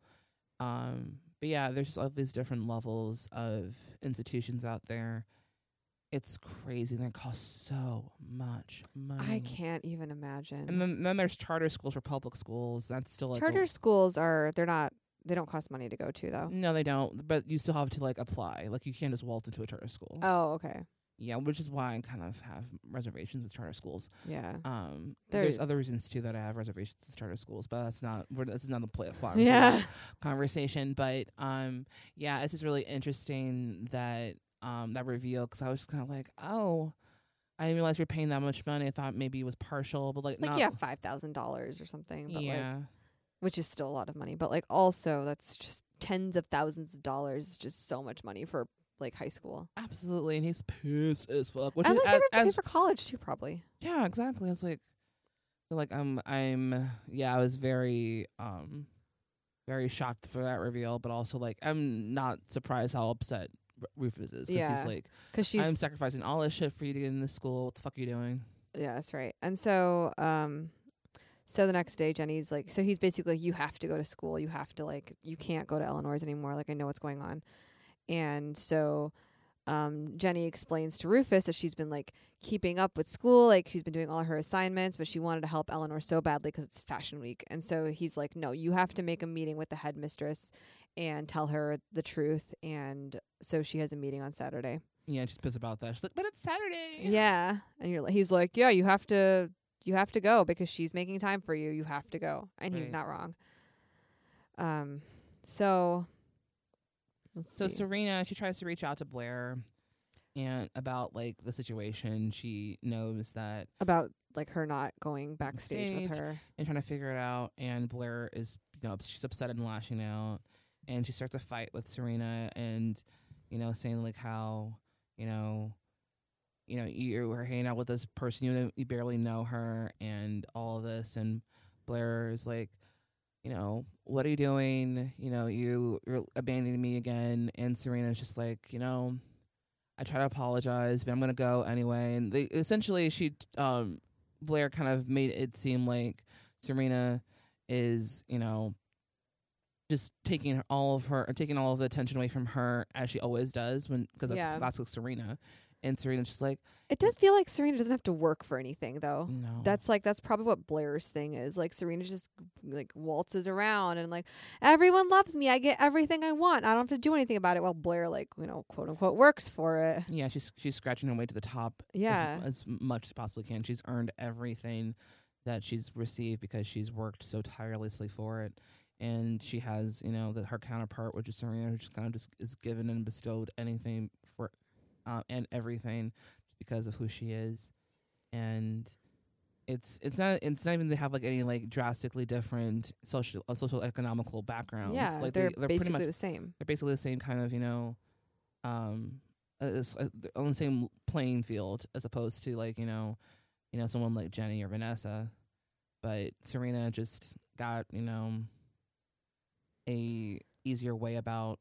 [SPEAKER 2] Um, but yeah, there's just all these different levels of institutions out there. It's crazy. and They cost so much money.
[SPEAKER 1] I can't even imagine.
[SPEAKER 2] And then, then there's charter schools for public schools. That's still like a-
[SPEAKER 1] Charter schools are they're not they don't cost money to go to though.
[SPEAKER 2] No, they don't. But you still have to like apply. Like you can't just waltz into a charter school.
[SPEAKER 1] Oh, okay.
[SPEAKER 2] Yeah, which is why I kind of have reservations with charter schools.
[SPEAKER 1] Yeah.
[SPEAKER 2] Um,
[SPEAKER 1] There-
[SPEAKER 2] there's other reasons too that I have reservations to charter schools, but that's not we're, that's not the play plot
[SPEAKER 1] Yeah.
[SPEAKER 2] conversation. But um, yeah, it's just really interesting that um that reveal because I was just kind of like, oh, I didn't realize we are paying that much money. I thought maybe it was partial, but like,
[SPEAKER 1] Like
[SPEAKER 2] not,
[SPEAKER 1] yeah, five thousand dollars or something. But
[SPEAKER 2] yeah,
[SPEAKER 1] like which is still a lot of money. But like also that's just tens of thousands of dollars, It's just so much money for like high school.
[SPEAKER 2] absolutely. And he's pissed as fuck. Which
[SPEAKER 1] and
[SPEAKER 2] is
[SPEAKER 1] like they're
[SPEAKER 2] as,
[SPEAKER 1] gonna pay
[SPEAKER 2] as-
[SPEAKER 1] for college too, probably.
[SPEAKER 2] yeah, exactly. I was like, so like I'm I'm yeah, I was very um very shocked for that reveal, but also like I'm not surprised how upset R- Rufus is because
[SPEAKER 1] Yeah.
[SPEAKER 2] he's like,
[SPEAKER 1] 'Cause she's
[SPEAKER 2] I'm sacrificing all this shit for you to get in this school. What the fuck are you doing?
[SPEAKER 1] Yeah, that's right. And so, um, so the next day, Jenny's like, so he's basically like, you have to go to school. You have to like, you can't go to Eleanor's anymore. Like, I know what's going on. And so, um, Jenny explains to Rufus that she's been like keeping up with school, like she's been doing all her assignments, but she wanted to help Eleanor so badly because it's Fashion Week. And so he's like, no, you have to make a meeting with the headmistress and tell her the truth. And so she has a meeting on Saturday.
[SPEAKER 2] Yeah, she's pissed about that. She's like, but it's Saturday.
[SPEAKER 1] Yeah. And you're like, he's like, yeah, you have to, you have to go because she's making time for you. You have to go. And he's
[SPEAKER 2] Right.
[SPEAKER 1] not wrong. Um, so, let's
[SPEAKER 2] So
[SPEAKER 1] see.
[SPEAKER 2] Serena, she tries to reach out to Blair and about like the situation. She knows that
[SPEAKER 1] about like her not going backstage with
[SPEAKER 2] Stage.
[SPEAKER 1] her.
[SPEAKER 2] and trying to figure it out. And Blair is, you know, she's upset and lashing out. And she starts a fight with Serena and, you know, saying like how, you know, you know, you were hanging out with this person you know, you barely know her and all of this. And Blair is like, you know, what are you doing? You know, you, you're abandoning me again. And Serena's just like, you know, I try to apologize, but I'm gonna go anyway. And they, essentially, she um Blair kind of made it seem like Serena is, you know, just taking all of her, or taking all of the attention away from her as she always does when, because that's
[SPEAKER 1] Yeah.
[SPEAKER 2] classic Serena. And Serena's just like,
[SPEAKER 1] It does feel like Serena doesn't have to work for anything though.
[SPEAKER 2] no.
[SPEAKER 1] That's like that's probably what Blair's thing is. Like Serena just like waltzes around and like everyone loves me. I get everything I want. I don't have to do anything about it. While Blair like you know quote unquote works for it.
[SPEAKER 2] yeah, she's she's scratching her way to the top. as-
[SPEAKER 1] Yeah.
[SPEAKER 2] as, much as possibly can. She's earned everything that she's received because she's worked so tirelessly for it, and she has you know the, her counterpart, which is Serena, who just kind of just is given and bestowed anything for, uh, and everything because of who she is, and. It's it's not it's not even they have like any like drastically different social uh, social economical backgrounds.
[SPEAKER 1] yeah,
[SPEAKER 2] like
[SPEAKER 1] they're,
[SPEAKER 2] they, are pretty
[SPEAKER 1] basically
[SPEAKER 2] much
[SPEAKER 1] the same.
[SPEAKER 2] they're basically the same kind of you know um uh, it's, uh, they're on the same playing field as opposed to like you know you know someone like jenny or vanessa but serena just got you know a easier way about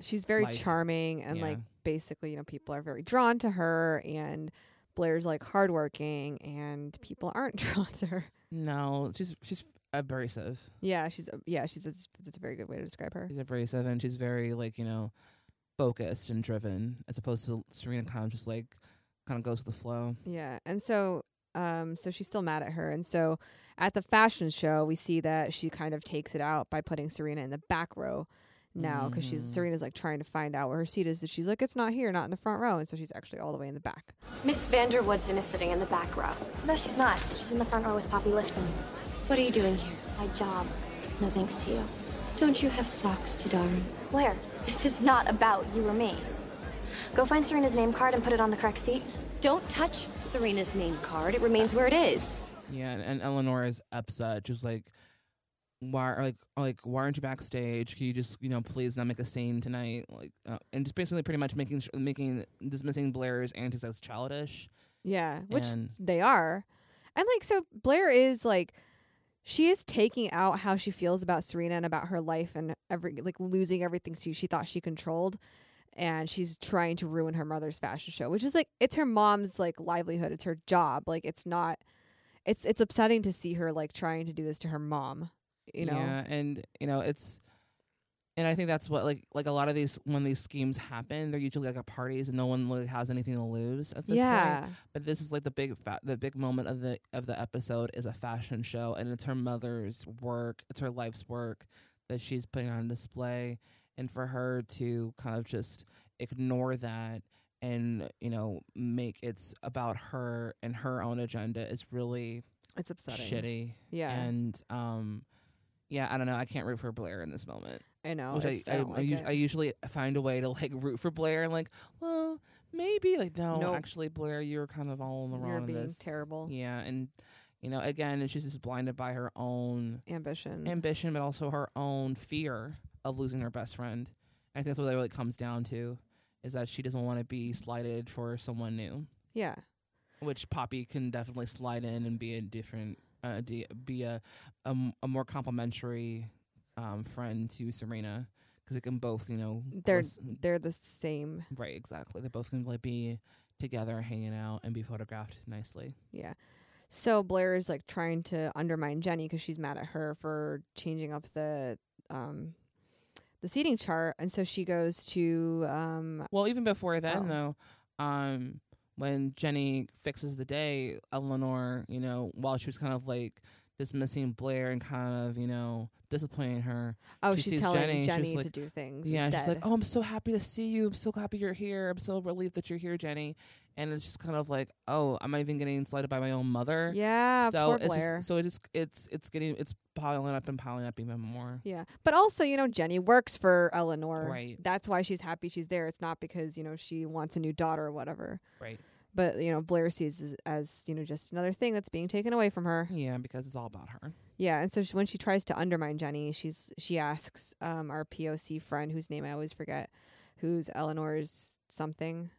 [SPEAKER 1] She's very
[SPEAKER 2] life.
[SPEAKER 1] charming and
[SPEAKER 2] Yeah.
[SPEAKER 1] like basically you know people are very drawn to her and Blair's like hardworking and people aren't drawn to her.
[SPEAKER 2] no she's she's abrasive
[SPEAKER 1] Yeah, she's uh, yeah she's that's, that's a very good way to describe her.
[SPEAKER 2] she's abrasive and she's very like you know focused and driven as opposed to serena kind of just like kind of goes with the flow
[SPEAKER 1] Yeah. And so um so she's still mad at her. And so at the fashion show we see that she kind of takes it out by putting Serena in the back row now because
[SPEAKER 2] Mm.
[SPEAKER 1] she's Serena's like trying to find out where her seat is and she's like it's not here not in the front row and so she's actually all the way in the back
[SPEAKER 5] Miss Vanderwoodson is sitting in the back row. No, she's not. She's in the front row with Poppy Lifton. What are you doing here? My job. No thanks to you.
[SPEAKER 8] Don't you have socks to darn?
[SPEAKER 5] Blair, this is not about you or me. Go find Serena's name card and put it on the correct seat.
[SPEAKER 8] Don't touch Serena's name card. It remains where it is.
[SPEAKER 2] Yeah, and, and Eleanor is upset. She was like, "Why, or like, or like, why aren't you backstage? Can you just, you know, please not make a scene tonight?" Like, uh, and just basically, pretty much making, sh- making dismissing Blair's antics as childish.
[SPEAKER 1] yeah which
[SPEAKER 2] And-
[SPEAKER 1] they are and like so Blair is like she is taking out how she feels about Serena and about her life and every like losing everything she she thought she controlled and she's trying to ruin her mother's fashion show which is like it's her mom's like livelihood it's her job like it's not it's it's upsetting to see her like trying to do this to her mom you know
[SPEAKER 2] yeah, and you know, it's, and I think that's what like, like a lot of these when these schemes happen, they're usually like at parties, and no one really has anything to lose at this point.
[SPEAKER 1] yeah
[SPEAKER 2] But this is like the big fa- the big moment of the of the episode is a fashion show and it's her mother's work, it's her life's work that she's putting on display and for her to kind of just ignore that and you know make it's about her and her own agenda is really
[SPEAKER 1] it's upsetting
[SPEAKER 2] shitty.
[SPEAKER 1] yeah
[SPEAKER 2] And um yeah, I don't know. I can't root for Blair in this moment.
[SPEAKER 1] i know
[SPEAKER 2] Which I
[SPEAKER 1] it's-
[SPEAKER 2] I, I,
[SPEAKER 1] don't like
[SPEAKER 2] us-
[SPEAKER 1] it.
[SPEAKER 2] I usually find a way to like root for Blair and like, well, maybe like no,
[SPEAKER 1] Nope.
[SPEAKER 2] actually Blair, you're kind of all in the
[SPEAKER 1] uh, you're
[SPEAKER 2] wrong. in
[SPEAKER 1] being
[SPEAKER 2] this.
[SPEAKER 1] terrible
[SPEAKER 2] Yeah, and you know, again, and she's just blinded by her own
[SPEAKER 1] ambition
[SPEAKER 2] ambition, but also her own fear of losing her best friend. I think that's what that really comes down to, is that she doesn't want to be slighted for someone new,
[SPEAKER 1] yeah
[SPEAKER 2] which Poppy can definitely slide in and be a different, uh, d- be a, a m- a more complimentary um, friend to Serena. 'Cause it can both, you know,
[SPEAKER 1] They're-
[SPEAKER 2] glis-
[SPEAKER 1] they're the same
[SPEAKER 2] right exactly. They both can like be together, hanging out, and be photographed nicely.
[SPEAKER 1] Yeah. So Blair is like trying to undermine Jenny 'cause she's mad at her for changing up the um the seating chart, and so she goes to um
[SPEAKER 2] Well, even before then,
[SPEAKER 1] Oh.
[SPEAKER 2] though, um, when Jenny fixes the day, Eleanor, you know, while she was kind of like dismissing Blair and kind of, you know, disciplining her.
[SPEAKER 1] oh
[SPEAKER 2] She
[SPEAKER 1] she's
[SPEAKER 2] sees
[SPEAKER 1] telling
[SPEAKER 2] Jenny,
[SPEAKER 1] Jenny,
[SPEAKER 2] she's like-
[SPEAKER 1] to do things
[SPEAKER 2] yeah,
[SPEAKER 1] instead.
[SPEAKER 2] she's like, "Oh, I'm so happy to see you. I'm so happy you're here. I'm so relieved that you're here, Jenny." And it's just kind of like, "Oh, am I even getting slighted by my own mother?"
[SPEAKER 1] yeah,
[SPEAKER 2] so
[SPEAKER 1] poor
[SPEAKER 2] it's
[SPEAKER 1] Blair.
[SPEAKER 2] just so it just it's it's getting it's piling up and piling up even more.
[SPEAKER 1] yeah, but also you know Jenny works for Eleanor,
[SPEAKER 2] Right.
[SPEAKER 1] That's why she's happy she's there. It's not because you know she wants a new daughter or whatever.
[SPEAKER 2] Right.
[SPEAKER 1] But you know Blair sees as, as you know just another thing that's being taken away from her.
[SPEAKER 2] Yeah, because it's all about her.
[SPEAKER 1] Yeah, and so she, when she tries to undermine Jenny, she's she asks um, our POC friend, whose name I always forget, who's Eleanor's something.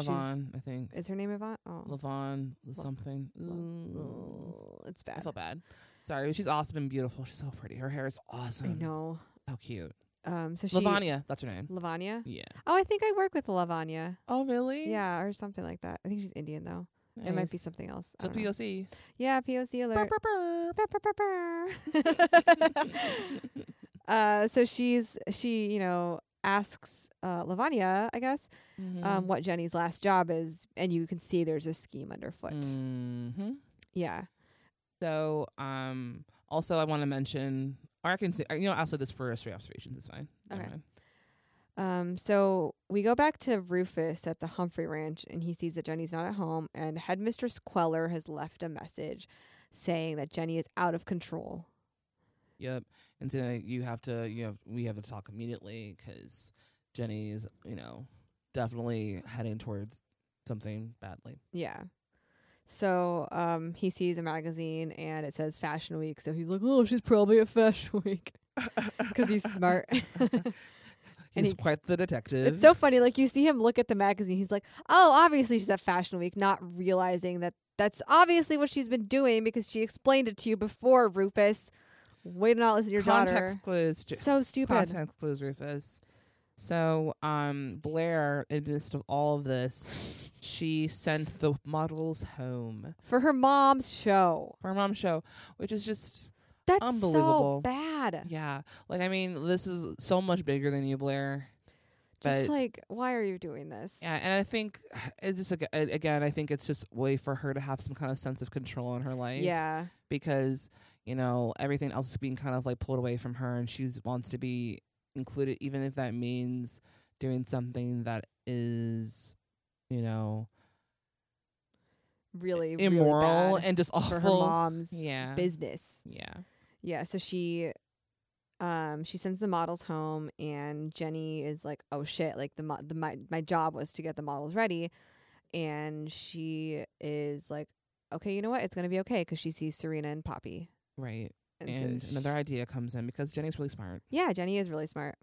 [SPEAKER 1] She's-
[SPEAKER 2] Avon, I think.
[SPEAKER 1] Is her name Yvonne? Oh,
[SPEAKER 2] Levon, something. Ooh.
[SPEAKER 1] oh, it's
[SPEAKER 2] I
[SPEAKER 1] bad.
[SPEAKER 2] feel bad. Sorry, but she's awesome and beautiful. She's so pretty. Her hair is
[SPEAKER 1] I
[SPEAKER 2] awesome.
[SPEAKER 1] know.
[SPEAKER 2] So cute.
[SPEAKER 1] Um, so she
[SPEAKER 2] Lavania, that's her name.
[SPEAKER 1] Lavanya?
[SPEAKER 2] Yeah.
[SPEAKER 1] Oh, I think I work with Lavanya.
[SPEAKER 2] Oh really?
[SPEAKER 1] Yeah, or something like that. I think she's Indian though. It might be
[SPEAKER 2] Nice.
[SPEAKER 1] something else. I
[SPEAKER 2] So
[SPEAKER 1] don't know.
[SPEAKER 2] POC.
[SPEAKER 1] Yeah, POC alert.
[SPEAKER 2] Burp, burp,
[SPEAKER 1] Burr, burr, burr, burr. uh, so she's she you know asks uh, Lavanya, I guess,
[SPEAKER 2] Mm-hmm.
[SPEAKER 1] um, what Jenny's last job is, and you can see there's a scheme underfoot.
[SPEAKER 2] burp.
[SPEAKER 1] Mm-hmm.
[SPEAKER 2] Mhm.
[SPEAKER 1] Yeah.
[SPEAKER 2] So, um, also I want to mention, or I can say, you know, I'll say this for straight observations. It's fine. Never
[SPEAKER 1] Okay.
[SPEAKER 2] mind.
[SPEAKER 1] Um, so we go back to Rufus at the Humphrey Ranch, and he sees that Jenny's not at home, and Headmistress Queller has left a message saying that Jenny is out of control.
[SPEAKER 2] Yep. And so you have to, you have, we have to talk immediately 'cause Jenny is, you know, definitely heading towards something badly.
[SPEAKER 1] Yeah. So um, he sees a magazine and it says Fashion Week. So he's like, oh, she's probably at Fashion Week. 'Cause he's smart. And
[SPEAKER 2] He's
[SPEAKER 1] he-
[SPEAKER 2] quite the detective.
[SPEAKER 1] it's so funny. Like, you see him look at the magazine. He's like, oh, obviously she's at Fashion Week, not realizing that that's obviously what she's been doing because she explained it to you before, Rufus. Way to not listen to your
[SPEAKER 2] context
[SPEAKER 1] daughter.
[SPEAKER 2] clues. J-
[SPEAKER 1] So stupid.
[SPEAKER 2] Context clues, Rufus. So, um, Blair, in the midst of all of this, she sent the models home
[SPEAKER 1] For her mom's show.
[SPEAKER 2] for her mom's show, which is just
[SPEAKER 1] That's
[SPEAKER 2] Unbelievable.
[SPEAKER 1] so bad.
[SPEAKER 2] yeah. Like, I mean, this is so much bigger than you, Blair.
[SPEAKER 1] Just
[SPEAKER 2] but-
[SPEAKER 1] like, why are you doing this?
[SPEAKER 2] Yeah, and I think it just ag- a- again, I think it's just a way for her to have some kind of sense of control in her life.
[SPEAKER 1] Yeah.
[SPEAKER 2] because you know everything else is being kind of like pulled away from her, and she wants to be included, even if that means doing something that is, you know,
[SPEAKER 1] Really,
[SPEAKER 2] immoral
[SPEAKER 1] really bad.
[SPEAKER 2] and just awful.
[SPEAKER 1] for her mom's
[SPEAKER 2] yeah,
[SPEAKER 1] business.
[SPEAKER 2] yeah.
[SPEAKER 1] Yeah, so she um she sends the models home and Jenny is like, "Oh shit, like the, mo- the my my job was to get the models ready." And she is like, "Okay, you know what? It's going to be okay cuz she sees Serena and Poppy."
[SPEAKER 2] Right,
[SPEAKER 1] And,
[SPEAKER 2] and,
[SPEAKER 1] so
[SPEAKER 2] another
[SPEAKER 1] sh-
[SPEAKER 2] idea comes in because Jenny's really smart.
[SPEAKER 1] Yeah, Jenny is really smart.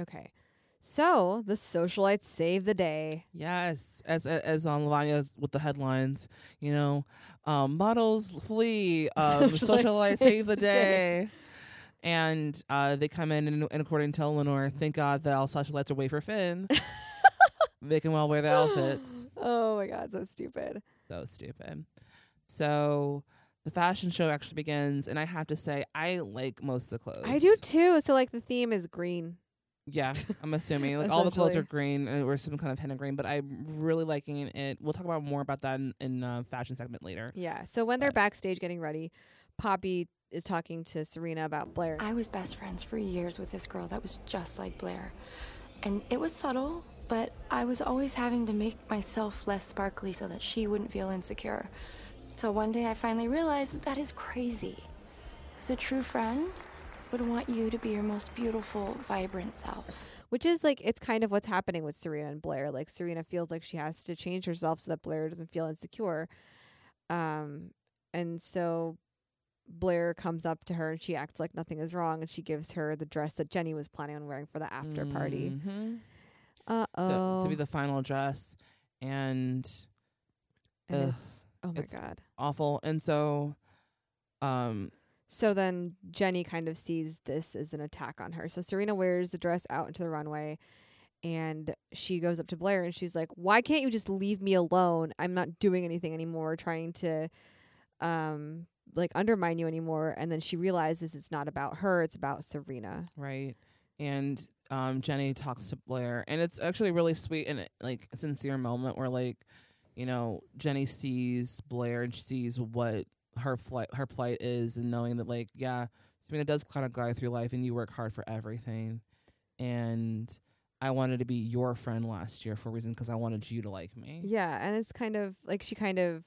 [SPEAKER 1] Okay. So, the socialites save the day.
[SPEAKER 2] Yes, as as- as on Lavanya with the headlines, you know, um, models flee, um,
[SPEAKER 1] Socialites
[SPEAKER 2] socialites save the day, and uh, they come in and, and according to Eleanor, thank God that all socialites are away for Finn. they can well wear their outfits.
[SPEAKER 1] Oh my god, so stupid.
[SPEAKER 2] So stupid. So the fashion show actually begins, and I have to say, I like most of the clothes.
[SPEAKER 1] I do too. So like the theme is green.
[SPEAKER 2] Yeah, I'm assuming like all the clothes are
[SPEAKER 1] Essentially.
[SPEAKER 2] green uh, or some kind of hint of green, but I'm really liking it. We'll talk about more about that in, in uh, fashion segment later.
[SPEAKER 1] Yeah. So when they're
[SPEAKER 2] But-
[SPEAKER 1] backstage getting ready, Poppy is talking to Serena about Blair.
[SPEAKER 9] I was best friends for years with this girl that was just like Blair. And it was subtle, but I was always having to make myself less sparkly so that she wouldn't feel insecure. Till one day I finally realized that that is crazy. Because a true friend would want you to be your most beautiful, vibrant self.
[SPEAKER 1] Which is like it's kind of what's happening with Serena and Blair. Like Serena feels like she has to change herself so that Blair doesn't feel insecure. Um and so Blair comes up to her and she acts like nothing is wrong and she gives her the dress that Jenny was planning on wearing for the after party.
[SPEAKER 2] Mhm.
[SPEAKER 1] Uh
[SPEAKER 2] To-
[SPEAKER 1] oh.
[SPEAKER 2] to, be the final dress, and ugh,
[SPEAKER 1] it's oh my
[SPEAKER 2] it's-
[SPEAKER 1] god.
[SPEAKER 2] awful. And so, um,
[SPEAKER 1] So then Jenny kind of sees this as an attack on her. So Serena wears the dress out into the runway and she goes up to Blair and she's like, "Why can't you just leave me alone? I'm not doing anything anymore trying to um like undermine you anymore." And then she realizes it's not about her, it's about Serena.
[SPEAKER 2] right, and um, Jenny talks to Blair, and it's actually really sweet and like a sincere moment where like, you know, Jenny sees Blair and she sees what her flight her plight is, and knowing that like, yeah, Serena does kind of guide through life, and you work hard for everything, and. I wanted to be your friend last year for a reason because I wanted you to like me.
[SPEAKER 1] Yeah, and it's kind of like she kind of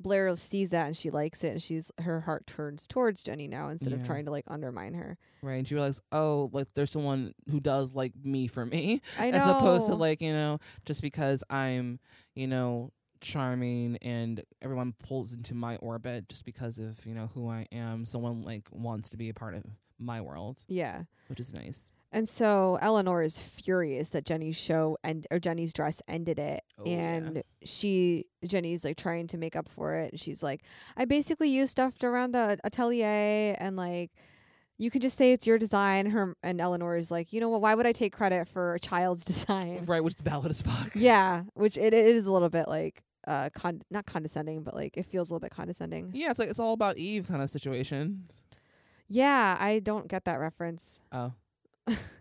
[SPEAKER 1] Blair sees that and she likes it and she's her heart turns towards Jenny now instead
[SPEAKER 2] Yeah.
[SPEAKER 1] of trying to like undermine her.
[SPEAKER 2] Right. And she realized, oh, like there's someone who does like me for me,
[SPEAKER 1] I know.
[SPEAKER 2] as opposed to like, you know, just because I'm, you know, charming and everyone pulls into my orbit just because of, you know, who I am. Someone like wants to be a part of my world,
[SPEAKER 1] Yeah.
[SPEAKER 2] which is nice.
[SPEAKER 1] And so Eleanor is furious that Jenny's show and or Jenny's dress ended it,
[SPEAKER 2] Oh, yeah.
[SPEAKER 1] and she Jenny's like trying to make up for it. And she's like, "I basically used stuff around the atelier, and like, you can just say it's your design." Her and Eleanor is like, "You know what? Why would I take credit for a child's design?"
[SPEAKER 2] Right, which is valid as fuck.
[SPEAKER 1] Yeah, which it, it is a little bit like uh con- not condescending, but like it feels a little bit condescending.
[SPEAKER 2] Yeah, it's like it's all about Eve kind of situation.
[SPEAKER 1] Yeah, I don't get that reference.
[SPEAKER 2] Oh.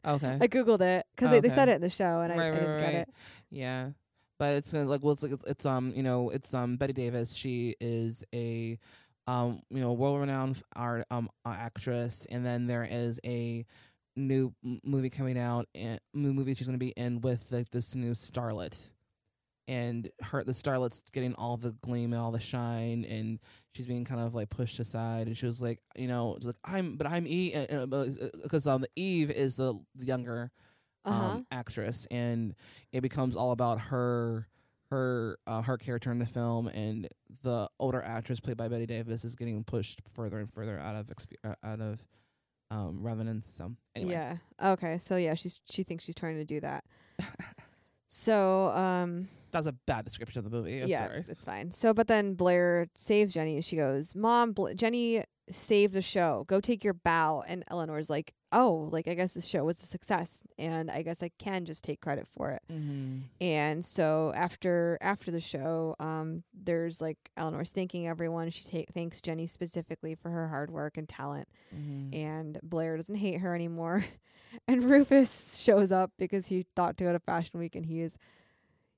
[SPEAKER 2] Okay.
[SPEAKER 1] I googled it because they, they said
[SPEAKER 2] Oh, Okay.
[SPEAKER 1] it in the show and I, I didn't get it.
[SPEAKER 2] Yeah, but it's uh, like well, it's like it's, it's um you know it's um Betty Davis. She is a um you know world-renowned f- art um uh, actress, and then there is a new m- movie coming out and new movie she's going to be in with like this new starlet. And her, the starlet's getting all the gleam and all the shine, and she's being kind of like pushed aside. And she was like, you know, she's like I'm, but I'm E, because um, Eve is the the younger
[SPEAKER 1] Uh-huh.
[SPEAKER 2] um, actress, and it becomes all about her, her, uh, her character in the film, and the older actress played by Betty Davis is getting pushed further and further out of exp- uh, out of um, revenants. So anyway,
[SPEAKER 1] Yeah. Okay. So yeah, she's she thinks she's trying to do that. so um
[SPEAKER 2] that's a bad description of the movie. I'm
[SPEAKER 1] yeah,
[SPEAKER 2] sorry.
[SPEAKER 1] it's fine. So but then Blair saves Jenny and she goes, "Mom, Bla- Jenny saved the show. Go take your bow." And Eleanor's like, "Oh, like I guess this show was a success, and I guess I can just take credit for it."
[SPEAKER 2] Mm-hmm.
[SPEAKER 1] And so after after the show, um, there's like Eleanor's thanking everyone. She ta- thanks Jenny specifically for her hard work and talent. mm-hmm. And Blair doesn't hate her anymore. and Rufus shows up because he thought to go to Fashion Week, and he is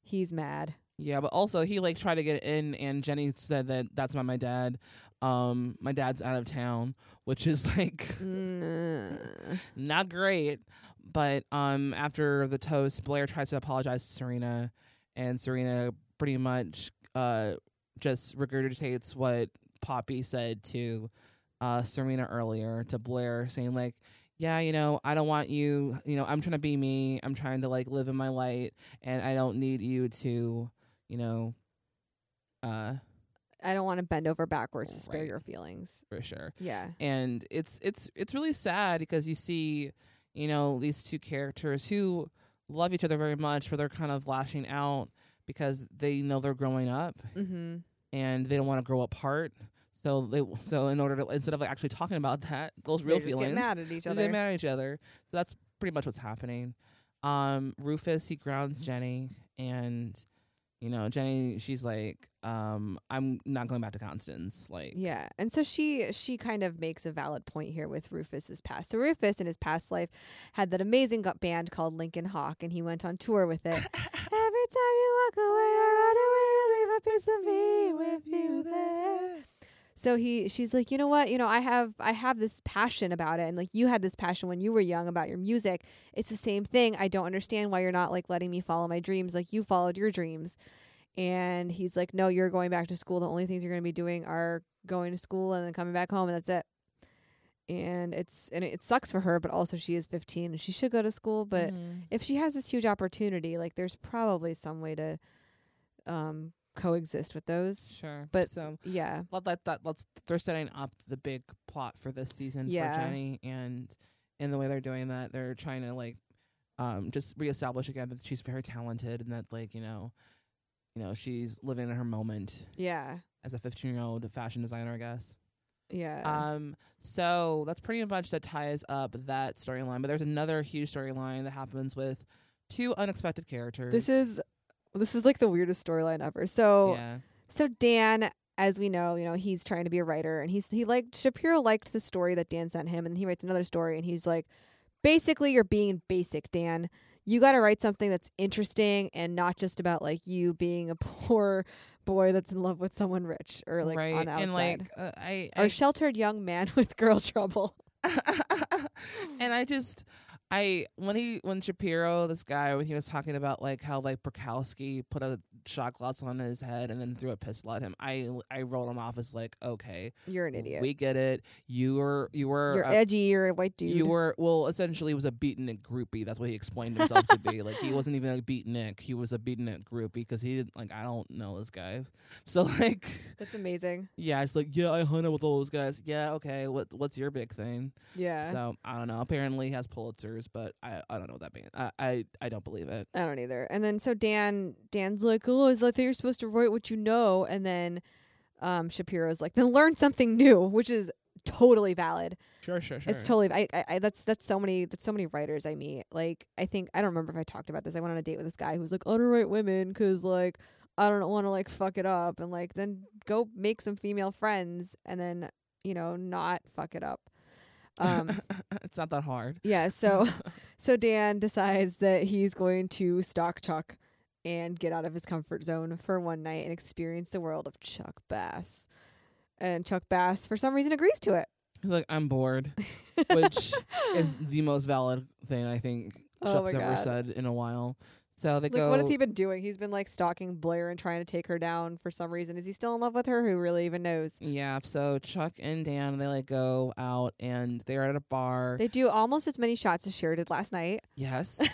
[SPEAKER 1] he's mad.
[SPEAKER 2] Yeah, but also he like tried to get in, and Jenny said that that's not my dad. Um, my dad's out of town, which is like
[SPEAKER 1] Mm,
[SPEAKER 2] not great. But um, after the toast, Blair tries to apologize to Serena, and Serena pretty much uh just regurgitates what Poppy said to uh Serena earlier to Blair, saying like. Yeah, you know, I don't want you. You know, I'm trying to be me. I'm trying to like live in my light, and I don't need you to, you know, uh,
[SPEAKER 1] I don't want to bend over backwards to spare
[SPEAKER 2] Right.
[SPEAKER 1] your feelings.
[SPEAKER 2] for sure.
[SPEAKER 1] Yeah.
[SPEAKER 2] and it's it's it's really sad because you see you know these two characters who love each other very much but they're kind of lashing out because they know they're growing up
[SPEAKER 1] Mm-hmm.
[SPEAKER 2] and they don't want to grow apart so they so in order to instead of like actually talking about that those real
[SPEAKER 1] they just
[SPEAKER 2] feelings
[SPEAKER 1] get mad at each
[SPEAKER 2] they
[SPEAKER 1] other.
[SPEAKER 2] get mad at each other so that's pretty much what's happening um rufus he grounds jenny and you know jenny she's like um i'm not going back to constance like
[SPEAKER 1] Yeah. And so she she kind of makes a valid point here with Rufus's past. So Rufus in his past life had that amazing gu- band called Lincoln Hawk and he went on tour with it. Every time you walk away or run away, leave a piece of me with you there. So he she's like, "You know what? You know, I have I have this passion about it and like you had this passion when you were young about your music. It's the same thing. I don't understand why you're not like letting me follow my dreams like you followed your dreams." and he's like, "No, you're going back to school. The only things you're going to be doing are going to school and then coming back home, and that's it." And it's and it sucks for her, but also she is 15 and she should go to school.
[SPEAKER 2] Mm-hmm.
[SPEAKER 1] But if she has this huge opportunity, like there's probably some way to um, coexist with those.
[SPEAKER 2] sure
[SPEAKER 1] But-
[SPEAKER 2] so
[SPEAKER 1] Yeah,
[SPEAKER 2] let that, that let's they're setting up the big plot for this season
[SPEAKER 1] Yeah.
[SPEAKER 2] for Jenny and in the way they're doing that they're trying to like um just reestablish again that she's very talented and that like you know you know she's living in her moment
[SPEAKER 1] yeah,
[SPEAKER 2] as a 15 year old fashion designer I guess
[SPEAKER 1] yeah.
[SPEAKER 2] um so that's pretty much that ties up that storyline but there's another huge storyline that happens with two unexpected characters
[SPEAKER 1] this is this is like the weirdest storyline ever. So
[SPEAKER 2] yeah
[SPEAKER 1] So Dan, as we know, you know, he's trying to be a writer and he's he liked Shapiro liked the story that Dan sent him and he writes another story and he's like basically you're being basic, Dan. You got to write something that's interesting and not just about like you being a poor boy that's in love with someone rich or like
[SPEAKER 2] right
[SPEAKER 1] on the outside.
[SPEAKER 2] and like uh, I,
[SPEAKER 1] or
[SPEAKER 2] I
[SPEAKER 1] sheltered young man with girl trouble.
[SPEAKER 2] and I just I when he when Shapiro, this guy, when he was talking about like how like Burkowski put a shot glass on his head and then threw a pistol at him, I I rolled him off as like, okay,
[SPEAKER 1] You're an idiot.
[SPEAKER 2] we get it. You were you were
[SPEAKER 1] you're
[SPEAKER 2] a-
[SPEAKER 1] edgy. You're a white dude.
[SPEAKER 2] you were well essentially was a beatnik groupie. That's what he explained himself to be. Like he wasn't even a beatnik. He was a beatnik groupie because he didn't like I don't know this guy. So like
[SPEAKER 1] That's amazing.
[SPEAKER 2] yeah, it's like yeah, I hung out with all those guys. Yeah, okay. What what's your big thing?
[SPEAKER 1] Yeah.
[SPEAKER 2] So I don't know. Apparently he has Pulitzers, but I, I don't know what that means. I, I I don't believe it.
[SPEAKER 1] I don't either. And then so Dan Dan's like, oh, I thought you're supposed to write what you know. And then um, Shapiro's like, then learn something new, which is totally valid.
[SPEAKER 2] Sure, sure, sure.
[SPEAKER 1] It's totally. I, I, I that's that's so many that's so many writers I meet. Like I think I don't remember if I talked about this. I went on a date with this guy who was like, I don't write women because like I don't want to like fuck it up and like then go make some female friends and then, you know, not fuck it up. Um
[SPEAKER 2] it's not that hard.
[SPEAKER 1] yeah, so so Dan decides that he's going to stalk Chuck and get out of his comfort zone for one night and experience the world of Chuck Bass. And Chuck Bass for some reason agrees to it.
[SPEAKER 2] He's like, I'm bored, which is the most valid thing I think
[SPEAKER 1] Oh
[SPEAKER 2] Chuck's
[SPEAKER 1] my
[SPEAKER 2] ever
[SPEAKER 1] God.
[SPEAKER 2] said in a while. So they
[SPEAKER 1] like
[SPEAKER 2] go.
[SPEAKER 1] what has he been doing? He's been like stalking Blair and trying to take her down for some reason. Is he still in love with her? Who really even knows?
[SPEAKER 2] yeah, so Chuck and Dan they like go out and they're at a bar.
[SPEAKER 1] They do almost as many shots as Cher did last night.
[SPEAKER 2] yes,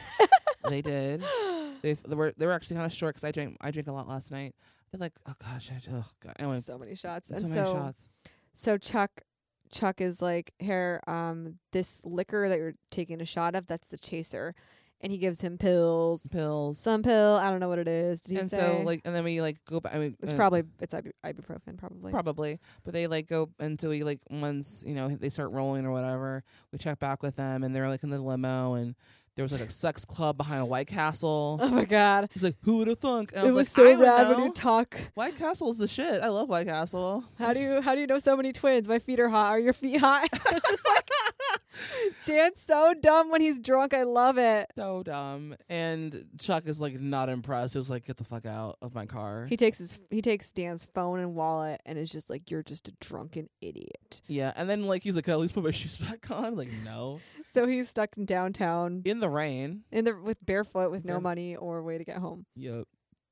[SPEAKER 2] they did. They, f- they were they were actually kind of short because I drank I drank a lot last night. They're like, oh gosh, I, oh god, anyway, so,
[SPEAKER 1] So many shots.
[SPEAKER 2] many
[SPEAKER 1] And so
[SPEAKER 2] shots.
[SPEAKER 1] so Chuck Chuck is like, "Here, um this liquor that you're taking a shot of, that's the chaser." And he gives him pills.
[SPEAKER 2] pills.
[SPEAKER 1] Some pill, I don't know what it is. Did he
[SPEAKER 2] and
[SPEAKER 1] say?
[SPEAKER 2] so like and then we like go back I mean,
[SPEAKER 1] it's
[SPEAKER 2] uh,
[SPEAKER 1] probably it's ibu- ibuprofen probably.
[SPEAKER 2] probably but they like go until we like once you know they start rolling or whatever we check back with them and they're like in the limo and there was like a sex club behind a white castle
[SPEAKER 1] Oh my god.
[SPEAKER 2] he's like who would have thunk and I
[SPEAKER 1] It
[SPEAKER 2] was,
[SPEAKER 1] was
[SPEAKER 2] like, I
[SPEAKER 1] so
[SPEAKER 2] would
[SPEAKER 1] bad when
[SPEAKER 2] know.
[SPEAKER 1] you talk.
[SPEAKER 2] white castle is the shit i love white castle
[SPEAKER 1] How do you how do you know so many twins? My feet are hot. Are your feet hot? it's just like Dan's so dumb when he's drunk. I love it.
[SPEAKER 2] so dumb and chuck is like not impressed he was like get the fuck out of my car
[SPEAKER 1] He takes his he takes Dan's phone and wallet and is just like, You're just a drunken idiot.
[SPEAKER 2] yeah and then like he's like "Can I at least put my shoes back on like no
[SPEAKER 1] So he's stuck in downtown
[SPEAKER 2] in the rain
[SPEAKER 1] in the with barefoot with no
[SPEAKER 2] Yeah.
[SPEAKER 1] money or way to get home.
[SPEAKER 2] Yep.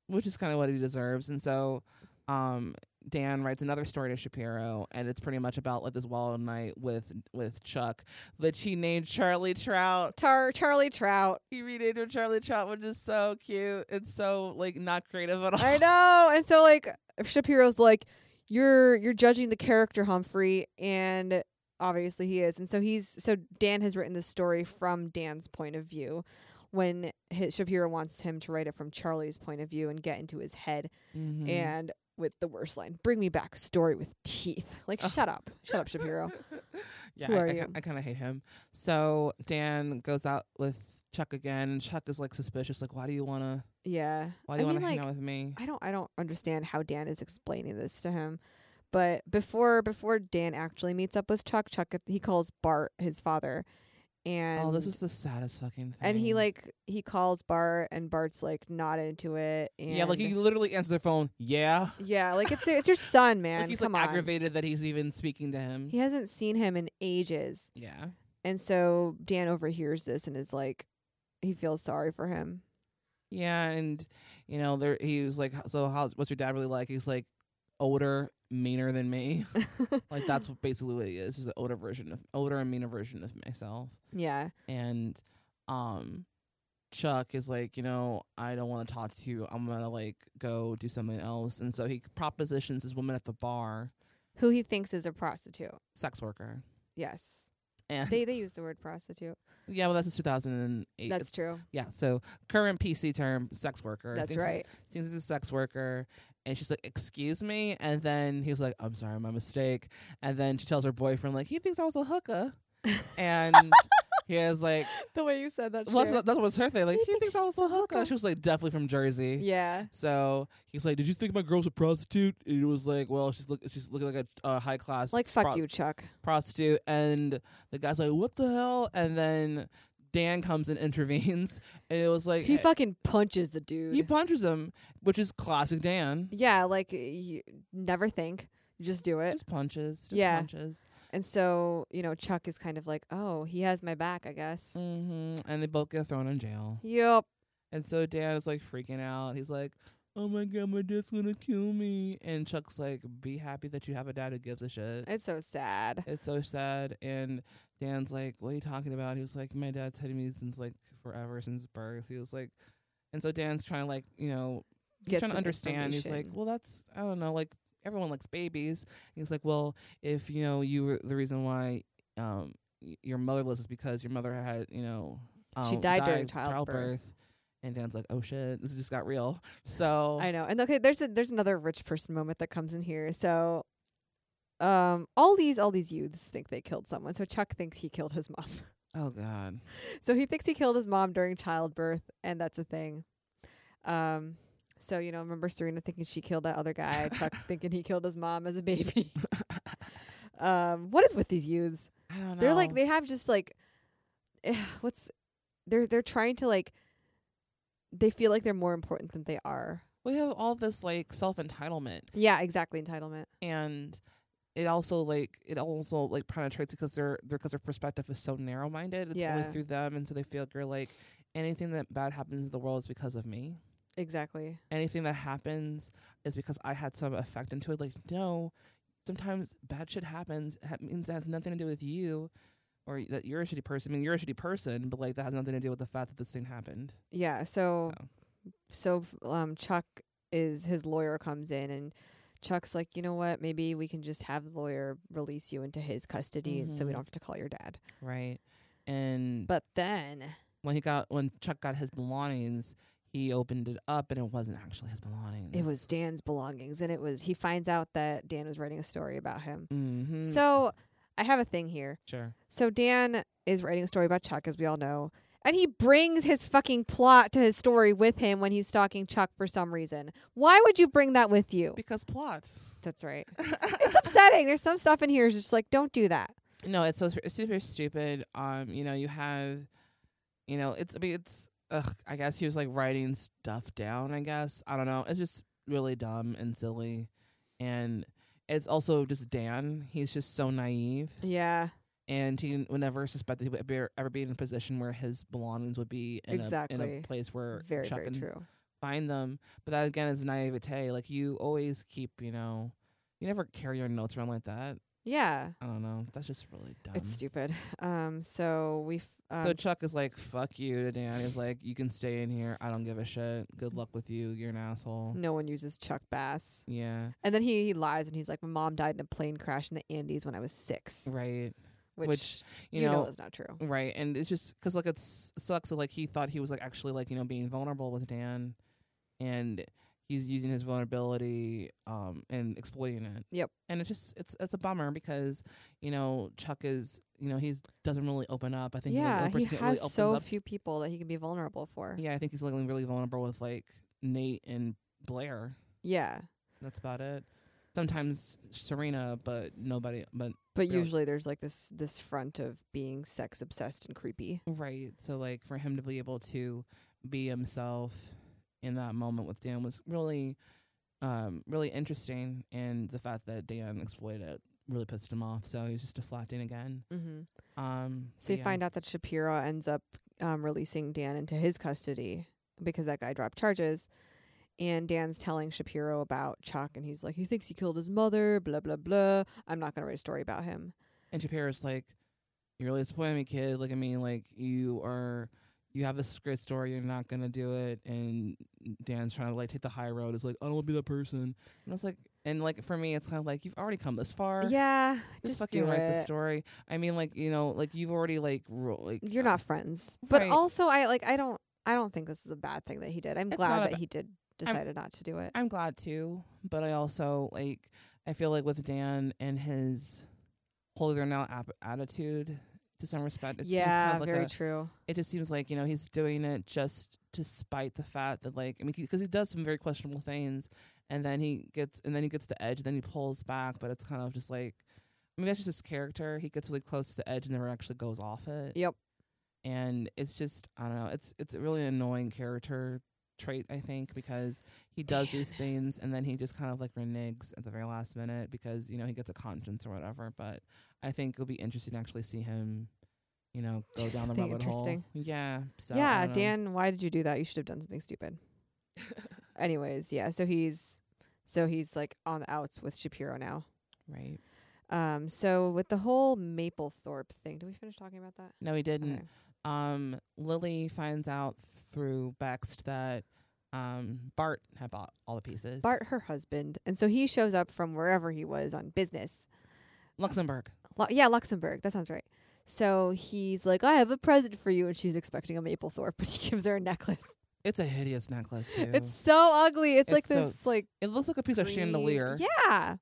[SPEAKER 2] Which is kind of what he deserves. And so um Dan writes another story to Shapiro and it's pretty much about like this wild night with with Chuck that he named Charlie Trout.
[SPEAKER 1] Tar Charlie Trout.
[SPEAKER 2] He renamed him Charlie Trout, which is so cute. It's so like not creative at all.
[SPEAKER 1] I know. And so like Shapiro's like, You're you're judging the character, Humphrey, and obviously he is. And so he's so Dan has written this story from Dan's point of view when his, Shapiro wants him to write it from Charlie's point of view and get into his head
[SPEAKER 2] Mhm.
[SPEAKER 1] and with the worst line, bring me back story with teeth. Like, shut up. Shut up, Shapiro.
[SPEAKER 2] yeah,
[SPEAKER 1] who
[SPEAKER 2] I,
[SPEAKER 1] are
[SPEAKER 2] I,
[SPEAKER 1] you?
[SPEAKER 2] ki- I kind of hate him. So Dan goes out with Chuck again, and Chuck is like suspicious, like, why do you wanna,
[SPEAKER 1] Yeah.
[SPEAKER 2] why do you
[SPEAKER 1] I mean,
[SPEAKER 2] wanna hang
[SPEAKER 1] like,
[SPEAKER 2] out with me?
[SPEAKER 1] I don't I don't understand how Dan is explaining this to him. But before before Dan actually meets up with Chuck, Chuck he calls Bart his father. And
[SPEAKER 2] Oh, this is the saddest fucking thing.
[SPEAKER 1] and he like he calls Bart and Bart's like not into it and
[SPEAKER 2] yeah, like he literally answers the phone. Yeah,
[SPEAKER 1] Yeah, like it's it's your son, man.
[SPEAKER 2] Like he's
[SPEAKER 1] Come
[SPEAKER 2] like
[SPEAKER 1] on.
[SPEAKER 2] aggravated that he's even speaking to him.
[SPEAKER 1] He hasn't seen him in ages.
[SPEAKER 2] Yeah.
[SPEAKER 1] And so Dan overhears this and is like he feels sorry for him.
[SPEAKER 2] Yeah, and you know, there he was like, "So how's what's your dad really like?" He's like, older, meaner than me. like that's what basically what he is. He's an older version of older and meaner version of myself.
[SPEAKER 1] Yeah.
[SPEAKER 2] And um, Chuck is like, you know, I don't want to talk to you. I'm gonna like go do something else. And so he propositions this woman at the bar,
[SPEAKER 1] Who he thinks is a prostitute.
[SPEAKER 2] sex worker.
[SPEAKER 1] Yes.
[SPEAKER 2] And
[SPEAKER 1] They they use the word prostitute.
[SPEAKER 2] yeah, well, that's 2008.
[SPEAKER 1] That's
[SPEAKER 2] It's-
[SPEAKER 1] true.
[SPEAKER 2] Yeah, so current PC term, sex worker.
[SPEAKER 1] That's
[SPEAKER 2] Thinks he's-
[SPEAKER 1] right.
[SPEAKER 2] Thinks he's a sex worker, and she's like, "Excuse me," and then he was like, "I'm sorry, my mistake." And then she tells her boyfriend, like, he thinks I was a hooker, and he is like,
[SPEAKER 1] The way you said that.
[SPEAKER 2] well, that's, that's what's her thing. Like, he, thinks I was a hooker. She was like, definitely from Jersey.
[SPEAKER 1] Yeah.
[SPEAKER 2] So he's like, "Did you think my girl's a prostitute?" And it was like, "Well, she's look, she's looking like a uh, high class,
[SPEAKER 1] Like fuck
[SPEAKER 2] pro-
[SPEAKER 1] you, Chuck.
[SPEAKER 2] prostitute and the guy's like what the hell and then dan comes and intervenes and it was like eh,
[SPEAKER 1] He fucking punches the dude.
[SPEAKER 2] he punches him which is classic dan
[SPEAKER 1] yeah, like you never think, you just do it.
[SPEAKER 2] just punches just
[SPEAKER 1] Eh, Yeah.
[SPEAKER 2] punches
[SPEAKER 1] and so, you know, Chuck is kind of like, "Oh, he has my back, I guess."
[SPEAKER 2] hmm and they both get thrown in jail
[SPEAKER 1] Yup.
[SPEAKER 2] and so dan is like freaking out he's like oh my god my dad's gonna kill me and chuck's like be happy that you have a dad who gives a shit
[SPEAKER 1] It's so sad.
[SPEAKER 2] it's so sad and dan's like what are you talking about he was like my dad's had me since like forever since birth he was like and so dan's trying to like you know he's
[SPEAKER 1] Get
[SPEAKER 2] trying to
[SPEAKER 1] some
[SPEAKER 2] understand. He's like,
[SPEAKER 1] information.
[SPEAKER 2] well, that's I don't know, like everyone likes babies. And he's like, well, if you know you were the reason why um y- you're motherless is because your mother had you know um,
[SPEAKER 1] She died during childbirth.
[SPEAKER 2] And Dan's like, oh shit, this just got real. So
[SPEAKER 1] I know. And okay, there's a there's another rich person moment that comes in here. So um all these all these youths think they killed someone. So Chuck thinks he killed his mom.
[SPEAKER 2] oh god,
[SPEAKER 1] so he thinks he killed his mom during childbirth and that's a thing. Um So, you know, remember Serena thinking she killed that other guy, Chuck thinking he killed his mom as a baby. um, what is with these youths?
[SPEAKER 2] I don't know.
[SPEAKER 1] They're like they have just like what's they're they're trying to like they feel like they're more important than they are.
[SPEAKER 2] we have all this like self entitlement,
[SPEAKER 1] Yeah, exactly, entitlement.
[SPEAKER 2] and it also like it also like penetrates because their their because their perspective is so narrow minded. It's
[SPEAKER 1] Yeah.
[SPEAKER 2] only through them, and so they feel like you're like anything that bad happens in the world is because of me.
[SPEAKER 1] Exactly.
[SPEAKER 2] Anything that happens is because I had some effect into it. Like no, sometimes bad shit happens ha- means it has nothing to do with you. Or that you're a shitty person. I mean, you're a shitty person, but like that has nothing to do with the fact that this thing happened.
[SPEAKER 1] Yeah. So,
[SPEAKER 2] Oh.
[SPEAKER 1] so f- um, Chuck is his lawyer comes in and Chuck's like, you know what? Maybe we can just have the lawyer release you into his custody, and so we
[SPEAKER 2] Mhm.
[SPEAKER 1] don't have to call your dad.
[SPEAKER 2] Right. And
[SPEAKER 1] But then,
[SPEAKER 2] when he got when Chuck got his belongings, he opened it up and it wasn't actually his belongings.
[SPEAKER 1] it was Dan's belongings, and it was he finds out that Dan was writing a story about him.
[SPEAKER 2] mm-hmm.
[SPEAKER 1] So, I have a thing here.
[SPEAKER 2] sure.
[SPEAKER 1] So Dan is writing a story about Chuck, as we all know, and he brings his fucking plot to his story with him when he's stalking Chuck for some reason. Why would you bring that with you?
[SPEAKER 2] Because plot.
[SPEAKER 1] That's right. it's upsetting. There's some stuff in here is just like, don't do that.
[SPEAKER 2] No, it's so sp- super stupid. Um, you know, you have, you know, it's I mean, it's ugh, I guess he was like writing stuff down. I guess I don't know. It's just really dumb and silly, and it's also just Dan. He's just so naive.
[SPEAKER 1] Yeah.
[SPEAKER 2] and he would never suspect that he would ever, ever be in a position where his belongings would be in, a, in
[SPEAKER 1] Exactly.
[SPEAKER 2] a place where
[SPEAKER 1] Very,
[SPEAKER 2] Chuck
[SPEAKER 1] very
[SPEAKER 2] can
[SPEAKER 1] true.
[SPEAKER 2] find them. But that again is naivete. Like you always keep, you know, you never carry your notes around like that.
[SPEAKER 1] Yeah.
[SPEAKER 2] I don't know. That's just really dumb.
[SPEAKER 1] It's stupid. Um, so we f- um,
[SPEAKER 2] so Chuck is like, "Fuck you," to Dan. He's like, "You can stay in here. I don't give a shit. Good luck with you. You're an asshole."
[SPEAKER 1] no one uses Chuck Bass.
[SPEAKER 2] Yeah,
[SPEAKER 1] And then he, he lies and he's like, My mom died in a plane crash in the Andes when I was six.
[SPEAKER 2] right.
[SPEAKER 1] Which,
[SPEAKER 2] Which,
[SPEAKER 1] you,
[SPEAKER 2] you
[SPEAKER 1] know,
[SPEAKER 2] know-
[SPEAKER 1] is not true.
[SPEAKER 2] Right, and it's just 'cause like it s- sucks. That, like he thought he was like actually like you know being vulnerable with Dan, and he's using his vulnerability um and exploiting it.
[SPEAKER 1] Yep.
[SPEAKER 2] And it's just it's it's a bummer because you know Chuck is you know he's doesn't really open up. I think
[SPEAKER 1] Yeah,
[SPEAKER 2] the only
[SPEAKER 1] he
[SPEAKER 2] person
[SPEAKER 1] has
[SPEAKER 2] that really opens
[SPEAKER 1] so
[SPEAKER 2] up-
[SPEAKER 1] few people that he can be vulnerable for.
[SPEAKER 2] Yeah, I think he's like really vulnerable with like Nate and Blair.
[SPEAKER 1] Yeah.
[SPEAKER 2] That's about it. Sometimes Serena, but nobody. But
[SPEAKER 1] But
[SPEAKER 2] Really.
[SPEAKER 1] usually there's like this this front of being sex obsessed and creepy.
[SPEAKER 2] Right. So like for him to be able to be himself in that moment with Dan was really um really interesting and the fact that Dan exploited it really pissed him off. So he was just deflecting again.
[SPEAKER 1] Mm-hmm.
[SPEAKER 2] Um
[SPEAKER 1] So you find out that Shapiro ends up um, releasing Dan into his custody because that guy dropped charges. And Dan's telling Shapiro about Chuck, and he's like, he thinks he killed his mother, blah, blah, blah. I'm not going to write a story about him.
[SPEAKER 2] and Shapiro's like, You really disappointed me, kid. Like I mean, like you are you have this great story, you're not gonna do it and Dan's trying to like take the high road. It's like, I don't wanna be that person. And I was like and like for me it's kinda like you've already come this far.
[SPEAKER 1] Yeah,
[SPEAKER 2] just,
[SPEAKER 1] just,
[SPEAKER 2] fucking
[SPEAKER 1] do
[SPEAKER 2] write
[SPEAKER 1] it.
[SPEAKER 2] the story. I mean, like you know, like you've already like ru- like
[SPEAKER 1] You're
[SPEAKER 2] uh,
[SPEAKER 1] not friends. But
[SPEAKER 2] Right.
[SPEAKER 1] also, I like, I don't, I don't think this is a bad thing that he did. I'm
[SPEAKER 2] It's
[SPEAKER 1] glad
[SPEAKER 2] not a
[SPEAKER 1] that
[SPEAKER 2] ba-
[SPEAKER 1] he did decided not to do it.
[SPEAKER 2] I'm glad too, but I also like I feel like with Dan and his holy they're now ap- attitude to some respect. It seems
[SPEAKER 1] yeah,
[SPEAKER 2] kind of like
[SPEAKER 1] very
[SPEAKER 2] a,
[SPEAKER 1] true.
[SPEAKER 2] It just seems like you know he's doing it just despite the fact that like I mean because he does some very questionable things, and then he gets and then he gets the edge, and then he pulls back, but it's kind of just like. I mean, that's just his character. He gets really close to the edge and never actually goes off it.
[SPEAKER 1] Yep.
[SPEAKER 2] and it's just I don't know. It's it's a really annoying character trait I think because he does these things and then he just kind of like reneges at the very last minute because you know he gets a conscience or whatever. But I think it'll be interesting to actually see him, you know, go
[SPEAKER 1] Do
[SPEAKER 2] down the
[SPEAKER 1] something
[SPEAKER 2] rabbit
[SPEAKER 1] interesting.
[SPEAKER 2] hole. Yeah. So I
[SPEAKER 1] yeah,
[SPEAKER 2] don't know.
[SPEAKER 1] Dan, why did you do that? You should have done something stupid. Anyways, yeah, so he's so he's like on the outs with Shapiro now.
[SPEAKER 2] Right.
[SPEAKER 1] Um, so with the whole Maplethorpe thing, did we finish talking about that?
[SPEAKER 2] No, he didn't.
[SPEAKER 1] Okay.
[SPEAKER 2] Um, Lily finds out through Bext that um Bart had bought all the pieces.
[SPEAKER 1] Bart, her husband, and so he shows up from wherever he was on business.
[SPEAKER 2] Luxembourg.
[SPEAKER 1] Lu- yeah, Luxembourg. That sounds right. So he's like, I have a present for you, and she's expecting a Maplethorpe, but he gives her a necklace.
[SPEAKER 2] It's a hideous necklace too.
[SPEAKER 1] It's so ugly. It's, like
[SPEAKER 2] It's so
[SPEAKER 1] this, like
[SPEAKER 2] it looks like a piece of
[SPEAKER 1] green-
[SPEAKER 2] chandelier.
[SPEAKER 1] Yeah,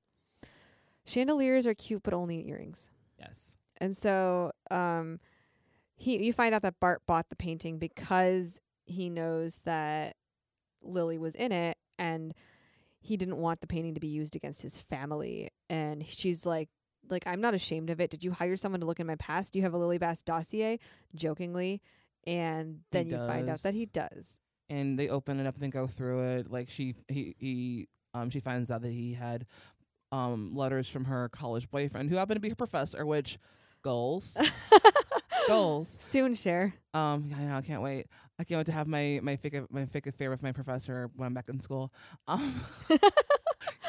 [SPEAKER 1] chandeliers are cute, but only in earrings.
[SPEAKER 2] Yes.
[SPEAKER 1] And so um he you find out that Bart bought the painting because he knows that Lily was in it and he didn't want the painting to be used against his family. And she's like, like I'm not ashamed of it. Did you hire someone to look in my past? Do you have a Lily Bass dossier? Jokingly, and then you find out that
[SPEAKER 2] does.
[SPEAKER 1] he does.
[SPEAKER 2] and they open it up and go through it. Like she he he um she finds out that he had um letters from her college boyfriend who happened to be her professor, which goals. goals.
[SPEAKER 1] Soon, share.
[SPEAKER 2] Um yeah, I know, I can't wait. I can't wait to have my my fake a- my fake affair with my professor when I'm back in school. Um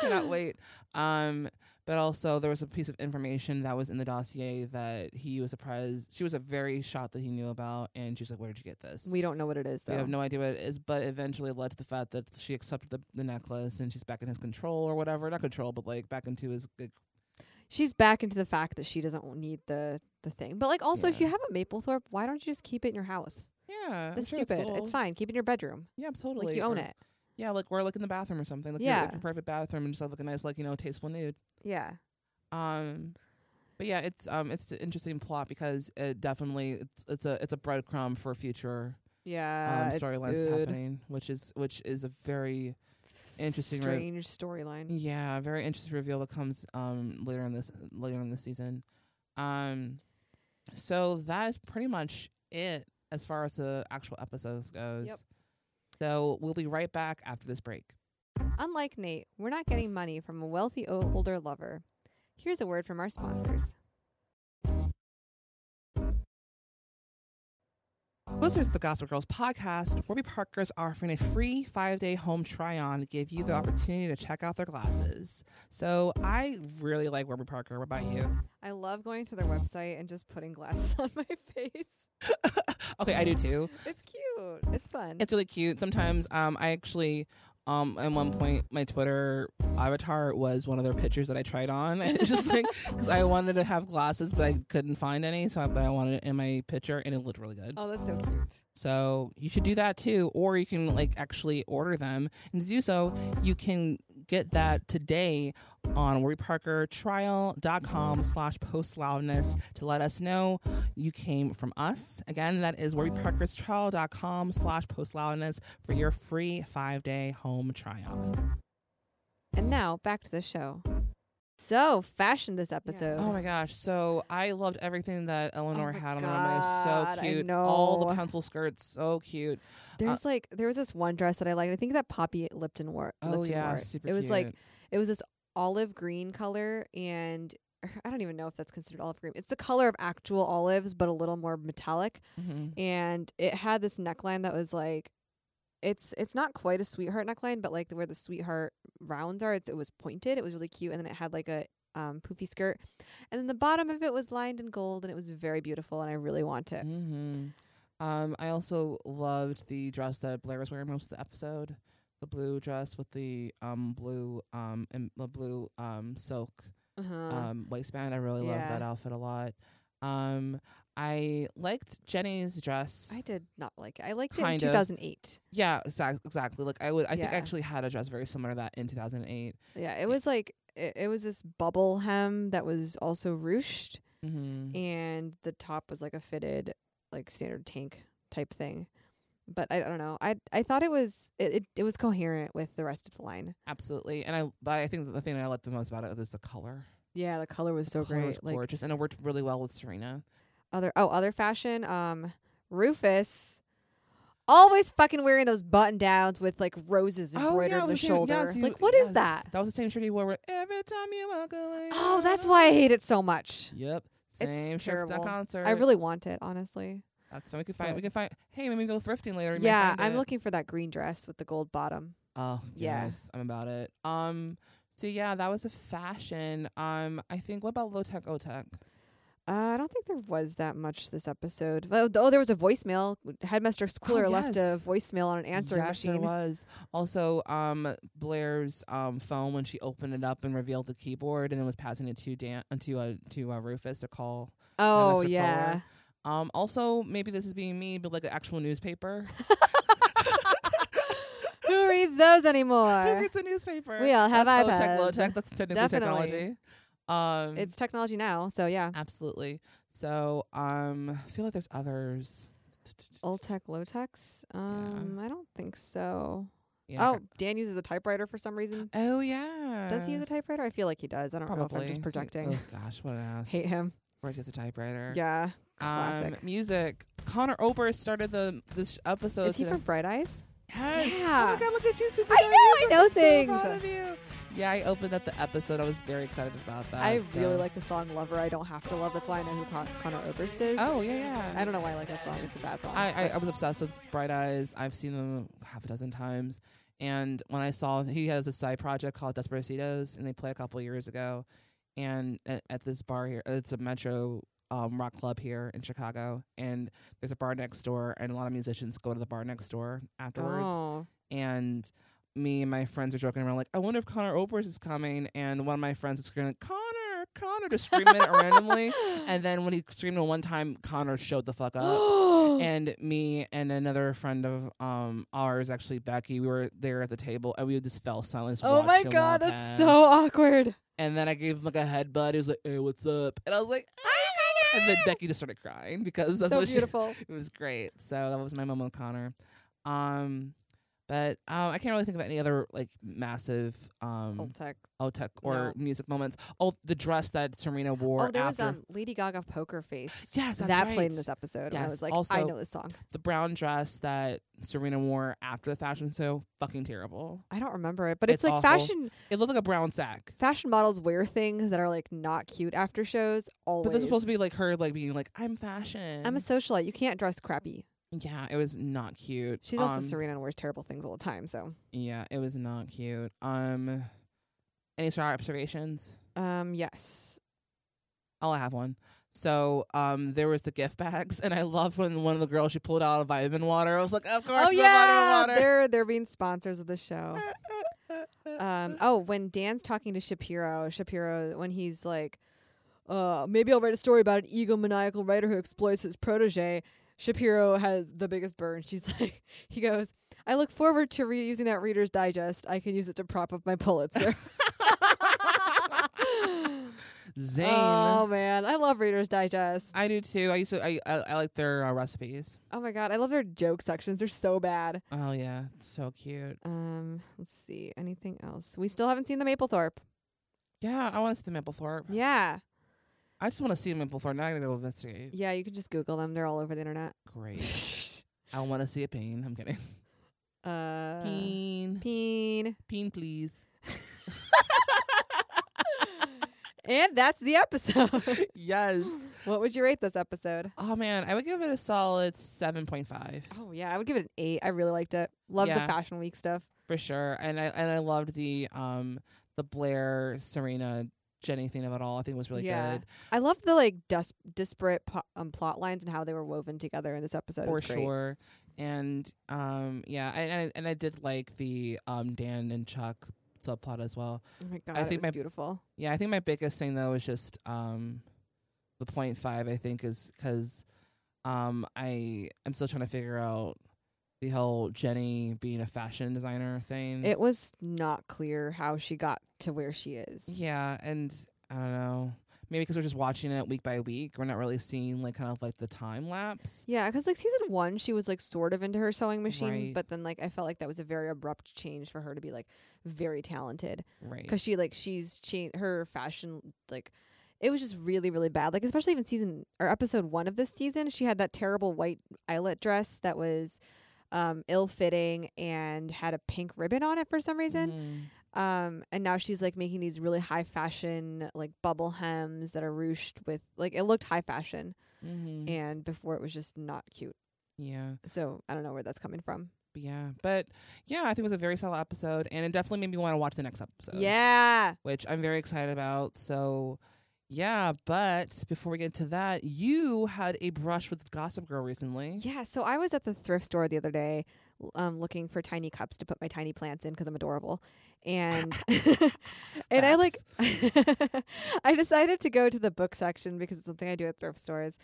[SPEAKER 2] cannot wait. Um but also there was a piece of information that was in the dossier that he was surprised she was a very shocked that he knew about and she was like, Where did you get this?
[SPEAKER 1] We don't know what it is though.
[SPEAKER 2] We have no idea what it is, but eventually it led to the fact that she accepted the, the necklace and she's back in his control or whatever. Not control, but like back into his. Like,
[SPEAKER 1] She's back into the fact that she doesn't w- need the the thing. But like also if you have a Maplethorpe, why don't you just keep it in your house?
[SPEAKER 2] yeah. I'm
[SPEAKER 1] That's
[SPEAKER 2] sure
[SPEAKER 1] stupid. It's,
[SPEAKER 2] cool.
[SPEAKER 1] fine. Keep it in your bedroom.
[SPEAKER 2] Yeah, totally.
[SPEAKER 1] Like you own
[SPEAKER 2] Or-
[SPEAKER 1] it.
[SPEAKER 2] Yeah, like we're like in the bathroom or something. Like yeah. Your, like,
[SPEAKER 1] Yeah.
[SPEAKER 2] your perfect bathroom and just have like a nice, like, you know, tasteful nude.
[SPEAKER 1] Yeah.
[SPEAKER 2] Um. But yeah, it's um it's an interesting plot because it definitely it's it's a it's a breadcrumb for future um
[SPEAKER 1] Yeah. Uh, it's
[SPEAKER 2] storylines
[SPEAKER 1] good.
[SPEAKER 2] happening, which is which is a very interesting Mm. re-
[SPEAKER 1] Strange storyline.
[SPEAKER 2] Yeah, very interesting reveal that comes um later in this later in the season. Um so that is pretty much it as far as the actual episodes goes. So we'll be right back after this break.
[SPEAKER 1] Unlike Nate, we're not getting money from a wealthy o- older lover. Here's a word from our sponsors.
[SPEAKER 2] Listeners to the Gospel Girls podcast, Warby Parker's offering a free five day home try on to give you the opportunity to check out their glasses. So I really like Warby Parker. What about you?
[SPEAKER 1] I love going to their website and just putting glasses on my face.
[SPEAKER 2] Okay, I do too.
[SPEAKER 1] It's cute. It's fun.
[SPEAKER 2] It's really cute. Sometimes um I actually um at one point my Twitter avatar was one of their pictures that I tried on. And it's just like cuz I wanted to have glasses but I couldn't find any so I, but I wanted it in my picture and it looked really good.
[SPEAKER 1] oh, that's so cute.
[SPEAKER 2] So you should do that too or you can like actually order them. And to do so, you can get that today on warbyparkertrial.com slash post loudness to let us know you came from us. Again, that is warbyparkerstrial.com slash post loudness for your free five day home try on.
[SPEAKER 1] And now back to the show. So, fashion this episode.
[SPEAKER 2] Oh my gosh. So I loved everything that Eleanor
[SPEAKER 1] Oh my
[SPEAKER 2] had on her. It was
[SPEAKER 1] God,
[SPEAKER 2] so
[SPEAKER 1] I
[SPEAKER 2] cute. All the
[SPEAKER 1] know.
[SPEAKER 2] pencil skirts, so cute. Uh,
[SPEAKER 1] There's like there was this one dress that I liked. I think that Poppy Lipton wore.
[SPEAKER 2] Oh,
[SPEAKER 1] Lipton
[SPEAKER 2] yeah,
[SPEAKER 1] wore.
[SPEAKER 2] super
[SPEAKER 1] It was like
[SPEAKER 2] cute.
[SPEAKER 1] it was this olive green color, and I don't even know if that's considered olive green. It's the color of actual olives, but a little more metallic.
[SPEAKER 2] Mm-hmm.
[SPEAKER 1] And it had this neckline that was like, it's it's not quite a sweetheart neckline, but like where the sweetheart rounds are, it's, it was pointed. It was really cute, and then it had like a um, poofy skirt, and then the bottom of it was lined in gold, and it was very beautiful, and I really want it. Mm-hmm.
[SPEAKER 2] hmm Um, I also loved the dress that Blair was wearing most of the episode. The blue dress with the um blue um and the blue um silk
[SPEAKER 1] Uh-huh.
[SPEAKER 2] um waistband. I really loved
[SPEAKER 1] yeah.
[SPEAKER 2] that outfit a lot. Um, I liked Jenny's dress.
[SPEAKER 1] I did not like it. I liked it in
[SPEAKER 2] Kind of.
[SPEAKER 1] 2008.
[SPEAKER 2] yeah, exact, exactly. Like I would. I think I
[SPEAKER 1] Yeah.
[SPEAKER 2] actually had a dress very similar to that in 2008.
[SPEAKER 1] Yeah, it was like it, it was this bubble hem that was also ruched,
[SPEAKER 2] Mm-hmm.
[SPEAKER 1] and the top was like a fitted, like standard tank type thing. But I, I don't know. I I thought it was it, it, it was coherent with the rest of the line.
[SPEAKER 2] Absolutely. And I. But I think that the thing that I liked the most about it was the color.
[SPEAKER 1] Yeah, the color was so
[SPEAKER 2] The color was
[SPEAKER 1] great. Like
[SPEAKER 2] gorgeous, and it worked really well with Serena.
[SPEAKER 1] other oh other fashion. Um, Rufus. Always fucking wearing those button downs with like roses embroidered on the
[SPEAKER 2] it Oh, was the same-
[SPEAKER 1] shoulder.
[SPEAKER 2] yes, you-
[SPEAKER 1] like, what is
[SPEAKER 2] yes.
[SPEAKER 1] that?
[SPEAKER 2] That was the same shirt he wore every time you walk away.
[SPEAKER 1] Oh, that's why I hate it so much.
[SPEAKER 2] Yep. Same
[SPEAKER 1] it's
[SPEAKER 2] shirt for
[SPEAKER 1] terrible.
[SPEAKER 2] that concert.
[SPEAKER 1] I really want it, honestly.
[SPEAKER 2] That's fine. We can find.
[SPEAKER 1] but-
[SPEAKER 2] We can find. Hey, maybe we go thrifting later. We may
[SPEAKER 1] yeah,
[SPEAKER 2] find
[SPEAKER 1] I'm
[SPEAKER 2] it.
[SPEAKER 1] looking for that green dress with the gold bottom.
[SPEAKER 2] Oh
[SPEAKER 1] Yeah.
[SPEAKER 2] yes, I'm about it. Um. So yeah, that was a fashion. Um. I think. What about low tech? O tech.
[SPEAKER 1] Uh, I don't think there was that much this episode. Oh, th- oh there was a voicemail. Headmaster Schooler left a
[SPEAKER 2] Oh, yes.
[SPEAKER 1] voicemail on an answering
[SPEAKER 2] yes,
[SPEAKER 1] machine.
[SPEAKER 2] there was also um Blair's um phone when she opened it up and revealed the keyboard and then was passing it to Dan uh, to uh, to uh, Rufus to call
[SPEAKER 1] Oh
[SPEAKER 2] Headmaster
[SPEAKER 1] yeah,
[SPEAKER 2] Fuller. Um, also, maybe this is being me, but like an actual newspaper.
[SPEAKER 1] who reads those
[SPEAKER 2] Who
[SPEAKER 1] anymore?
[SPEAKER 2] reads a newspaper?
[SPEAKER 1] We all have
[SPEAKER 2] That's Low tech, low
[SPEAKER 1] iPads.
[SPEAKER 2] tech. That's technically
[SPEAKER 1] Definitely.
[SPEAKER 2] technology. Um,
[SPEAKER 1] it's technology now, so yeah.
[SPEAKER 2] absolutely. So, um, I feel like there's others.
[SPEAKER 1] Old tech, low techs. Um, I don't think so.
[SPEAKER 2] Yeah.
[SPEAKER 1] Oh, Dan uses a typewriter for some reason.
[SPEAKER 2] Oh yeah.
[SPEAKER 1] Does he use a typewriter? I feel like he does. I don't know if I'm
[SPEAKER 2] He-
[SPEAKER 1] just projecting.
[SPEAKER 2] Oh gosh, what an ass.
[SPEAKER 1] Hate him.
[SPEAKER 2] Where's he has a typewriter?
[SPEAKER 1] Yeah.
[SPEAKER 2] Um,
[SPEAKER 1] Classic.
[SPEAKER 2] music. Connor Oberst started the this episode.
[SPEAKER 1] Is he
[SPEAKER 2] today.
[SPEAKER 1] from Bright Eyes?
[SPEAKER 2] Yes. Oh
[SPEAKER 1] Yeah.
[SPEAKER 2] my god, look at you, super.
[SPEAKER 1] I know, I know
[SPEAKER 2] I'm
[SPEAKER 1] things.
[SPEAKER 2] So proud of you. Yeah, I opened up the episode. I was very excited about that.
[SPEAKER 1] I
[SPEAKER 2] so-
[SPEAKER 1] really like the song Lover I Don't Have to Love. That's why I know who Con- Connor Oberst is.
[SPEAKER 2] Oh yeah, yeah.
[SPEAKER 1] I don't know why I like that song. It's a bad song.
[SPEAKER 2] I, I, I was obsessed with Bright Eyes. I've seen them half a dozen times. And when I saw he has a side project called Desperacitos, and they play a couple years ago, and at, at this bar here, it's a Metro um, rock club here in Chicago, and there's a bar next door, and a lot of musicians go to the bar next door afterwards.
[SPEAKER 1] oh.
[SPEAKER 2] And me and my friends are joking around like, I wonder if Connor Oberst is coming. And one of my friends was screaming, Connor, Connor, just screaming it randomly. And then when he screamed it one time, Connor showed the fuck up and me and another friend of um ours actually Becky we were there at the table and we just fell silent just
[SPEAKER 1] Oh my
[SPEAKER 2] watched him walk
[SPEAKER 1] god, that's
[SPEAKER 2] past.
[SPEAKER 1] so awkward.
[SPEAKER 2] and then I gave him like a headbutt he was like hey what's up and I was like oh my god and then Becky just started crying because that's
[SPEAKER 1] so
[SPEAKER 2] what she-
[SPEAKER 1] beautiful.
[SPEAKER 2] it was great so that was my moment with Connor um but um I can't really think of any other like massive
[SPEAKER 1] Old
[SPEAKER 2] um
[SPEAKER 1] tech.
[SPEAKER 2] oh tech or music moments oh the dress that Serena wore
[SPEAKER 1] Oh, there was
[SPEAKER 2] after
[SPEAKER 1] um Lady Gaga Poker Face.
[SPEAKER 2] Yes, that's
[SPEAKER 1] that played
[SPEAKER 2] right.
[SPEAKER 1] in this episode. and I
[SPEAKER 2] Yes,
[SPEAKER 1] was like, I
[SPEAKER 2] also-
[SPEAKER 1] know this song.
[SPEAKER 2] the brown dress that Serena wore after the fashion show fucking terrible
[SPEAKER 1] I don't remember it, but it's,
[SPEAKER 2] It's
[SPEAKER 1] like
[SPEAKER 2] awful.
[SPEAKER 1] fashion
[SPEAKER 2] It looked like a brown sack.
[SPEAKER 1] fashion models wear things that are like not cute after shows. Always.
[SPEAKER 2] But this was supposed to be like her like being like, I'm fashion.
[SPEAKER 1] I'm a socialite. You can't dress crappy.
[SPEAKER 2] Yeah, it was not cute.
[SPEAKER 1] She's also
[SPEAKER 2] Um,
[SPEAKER 1] Serena and wears terrible things all the time. So,
[SPEAKER 2] Yeah, it was not cute. Um any star observations?
[SPEAKER 1] um, yes,
[SPEAKER 2] I'll Oh, have one. So um there was the gift bags and I loved when one of the girls she pulled out a vitamin water. I was like, Of course
[SPEAKER 1] oh
[SPEAKER 2] the
[SPEAKER 1] yeah,
[SPEAKER 2] vitamin water.
[SPEAKER 1] they're they're being sponsors of the show. um, oh, when Dan's talking to Shapiro, Shapiro, when he's like, uh, maybe I'll write a story about an egomaniacal writer who exploits his protege. Shapiro has the biggest burn. She's like, he goes, I look forward to reusing that Reader's Digest. I can use it to prop up my Pulitzer.
[SPEAKER 2] Zane.
[SPEAKER 1] Oh man, I love Reader's Digest.
[SPEAKER 2] I do too. I used to I I, I like their uh, recipes.
[SPEAKER 1] oh my god, I love their joke sections. They're so bad.
[SPEAKER 2] Oh yeah. So cute.
[SPEAKER 1] Um, let's see. Anything else? We still haven't seen the Maplethorpe.
[SPEAKER 2] Yeah, I want to see the Mapplethorpe.
[SPEAKER 1] Yeah.
[SPEAKER 2] I just want to see Mapplethorpe. Now I gotta go investigate.
[SPEAKER 1] Yeah, you can just Google them. They're all over the internet.
[SPEAKER 2] Great. I want to see a pain. I'm kidding.
[SPEAKER 1] uh
[SPEAKER 2] Peen.
[SPEAKER 1] peen.
[SPEAKER 2] Peen, please.
[SPEAKER 1] And that's the episode.
[SPEAKER 2] yes.
[SPEAKER 1] what would you rate this episode?
[SPEAKER 2] Oh, man. I would give it a solid 7.5
[SPEAKER 1] Oh yeah, I would give it an eight. I really liked it. Loved the
[SPEAKER 2] Yeah.
[SPEAKER 1] fashion week stuff.
[SPEAKER 2] for sure. And I and I loved the um the Blair, Serena, Jenny thing of it all. I think it was really
[SPEAKER 1] yeah.
[SPEAKER 2] good.
[SPEAKER 1] I love the like dis- disparate po- um, plot lines and how they were woven together in this episode. It
[SPEAKER 2] For
[SPEAKER 1] was great.
[SPEAKER 2] sure. And um yeah, and, and I did like the um Dan and Chuck subplot as well.
[SPEAKER 1] Oh my god,
[SPEAKER 2] I
[SPEAKER 1] it
[SPEAKER 2] think
[SPEAKER 1] was
[SPEAKER 2] my-
[SPEAKER 1] beautiful.
[SPEAKER 2] Yeah, I think my biggest thing though is just um the point five. I think is because um I am still trying to figure out the whole Jenny being a fashion designer thing.
[SPEAKER 1] It was not clear how she got to where she is.
[SPEAKER 2] yeah, and I don't know. Maybe because we're just watching it week by week, we're not really seeing like kind of like the time lapse.
[SPEAKER 1] Yeah, because like season one, she was like sort of into her sewing machine,
[SPEAKER 2] Right.
[SPEAKER 1] but then like I felt like that was a very abrupt change for her to be like very talented
[SPEAKER 2] Right.
[SPEAKER 1] because she like she's changed her fashion like it was just really really bad. Like especially even season or episode one of this season, she had that terrible white eyelet dress that was um ill fitting and had a pink ribbon on it for some reason.
[SPEAKER 2] Mm.
[SPEAKER 1] Um, and now she's like making these really high fashion like bubble hems that are ruched with like it looked high fashion,
[SPEAKER 2] Mhm.
[SPEAKER 1] and before it was just not cute.
[SPEAKER 2] Yeah.
[SPEAKER 1] So I don't know where that's coming from.
[SPEAKER 2] Yeah. But yeah, I think it was a very solid episode, and it definitely made me want to watch the next episode.
[SPEAKER 1] Yeah.
[SPEAKER 2] which I'm very excited about. So, yeah, but before we get to that, you had a brush with Gossip Girl recently.
[SPEAKER 1] Yeah. So I was at the thrift store the other day l- um, looking for tiny cups to put my tiny plants in because I'm adorable. And and I like I decided to go to the book section because it's something I do at thrift stores.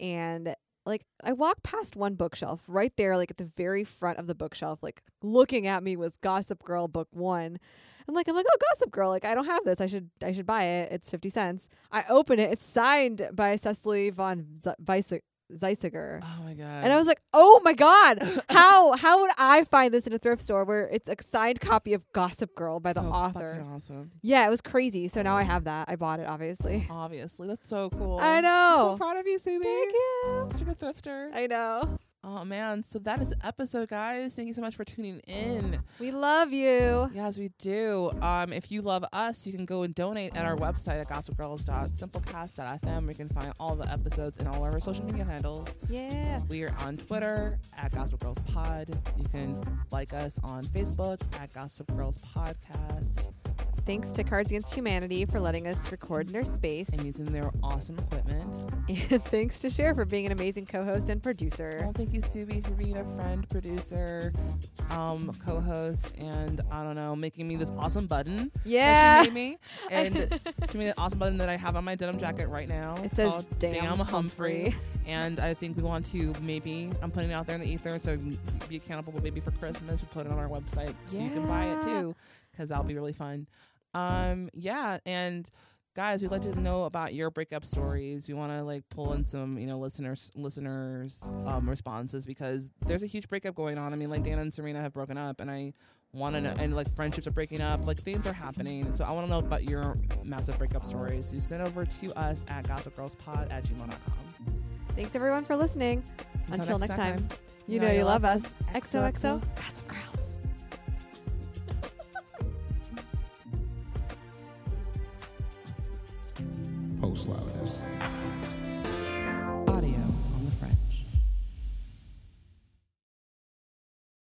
[SPEAKER 1] And like I walked past one bookshelf right there, like at the very front of the bookshelf, like looking at me was Gossip Girl book one. And like I'm like, oh Gossip Girl, like I don't have this. I should I should buy it. It's fifty cents. I open it, it's signed by Cecily von Z- Weis- Zeisiger.
[SPEAKER 2] Oh my god.
[SPEAKER 1] And I was like, "Oh my god, how how would I find this in a thrift store where it's a signed copy of Gossip Girl by the
[SPEAKER 2] So
[SPEAKER 1] author?"
[SPEAKER 2] fucking Awesome.
[SPEAKER 1] Yeah, it was crazy. So now I have that. I bought it, obviously.
[SPEAKER 2] Obviously, that's so cool.
[SPEAKER 1] I
[SPEAKER 2] I'm
[SPEAKER 1] know.
[SPEAKER 2] so proud of you, Subi.
[SPEAKER 1] Thank you.
[SPEAKER 2] Such a good thrifter.
[SPEAKER 1] I know.
[SPEAKER 2] oh man, so that is the episode, guys. Thank you so much for tuning in.
[SPEAKER 1] We love you.
[SPEAKER 2] Yes, we do. Um, if you love us, you can go and donate at our website at gossipgirls.simplecast.fm. where You can find all the episodes and all of our social media handles.
[SPEAKER 1] Yeah.
[SPEAKER 2] We are on Twitter at Gossip Girls Pod. You can like us on Facebook at Gossip Girls Podcast
[SPEAKER 1] Thanks to Cards Against Humanity for letting us record in their space.
[SPEAKER 2] and using their awesome equipment.
[SPEAKER 1] And thanks to Cher for being an amazing co host and producer.
[SPEAKER 2] Well, thank you, Subi, for being a friend, producer, um, co-host, and I don't know, making me this awesome button.
[SPEAKER 1] Yeah.
[SPEAKER 2] That she made me, and to me, the awesome button that I have on my denim jacket right now.
[SPEAKER 1] It says
[SPEAKER 2] called
[SPEAKER 1] "Damn Humphrey."
[SPEAKER 2] And I think we want to maybe I'm putting it out there in the ether, so be accountable. But maybe for Christmas, we put it on our website so you can buy it
[SPEAKER 1] Yeah.
[SPEAKER 2] too, because that'll be really fun. Um, yeah, and guys, we'd like to know about your breakup stories. We want to like pull in some, you know, listeners listeners um, responses because there's a huge breakup going on. I mean, like Dana and Serena have broken up, and I want to know, and like friendships are breaking up, like things are happening. And so I want to know about your massive breakup stories. You send over to us at gossipgirlspod at gmail.com.
[SPEAKER 1] Thanks everyone for listening. Until, next, time, you know, you love us. XOXO.
[SPEAKER 2] Gossip Girls.
[SPEAKER 10] Post loudness.
[SPEAKER 2] Audio.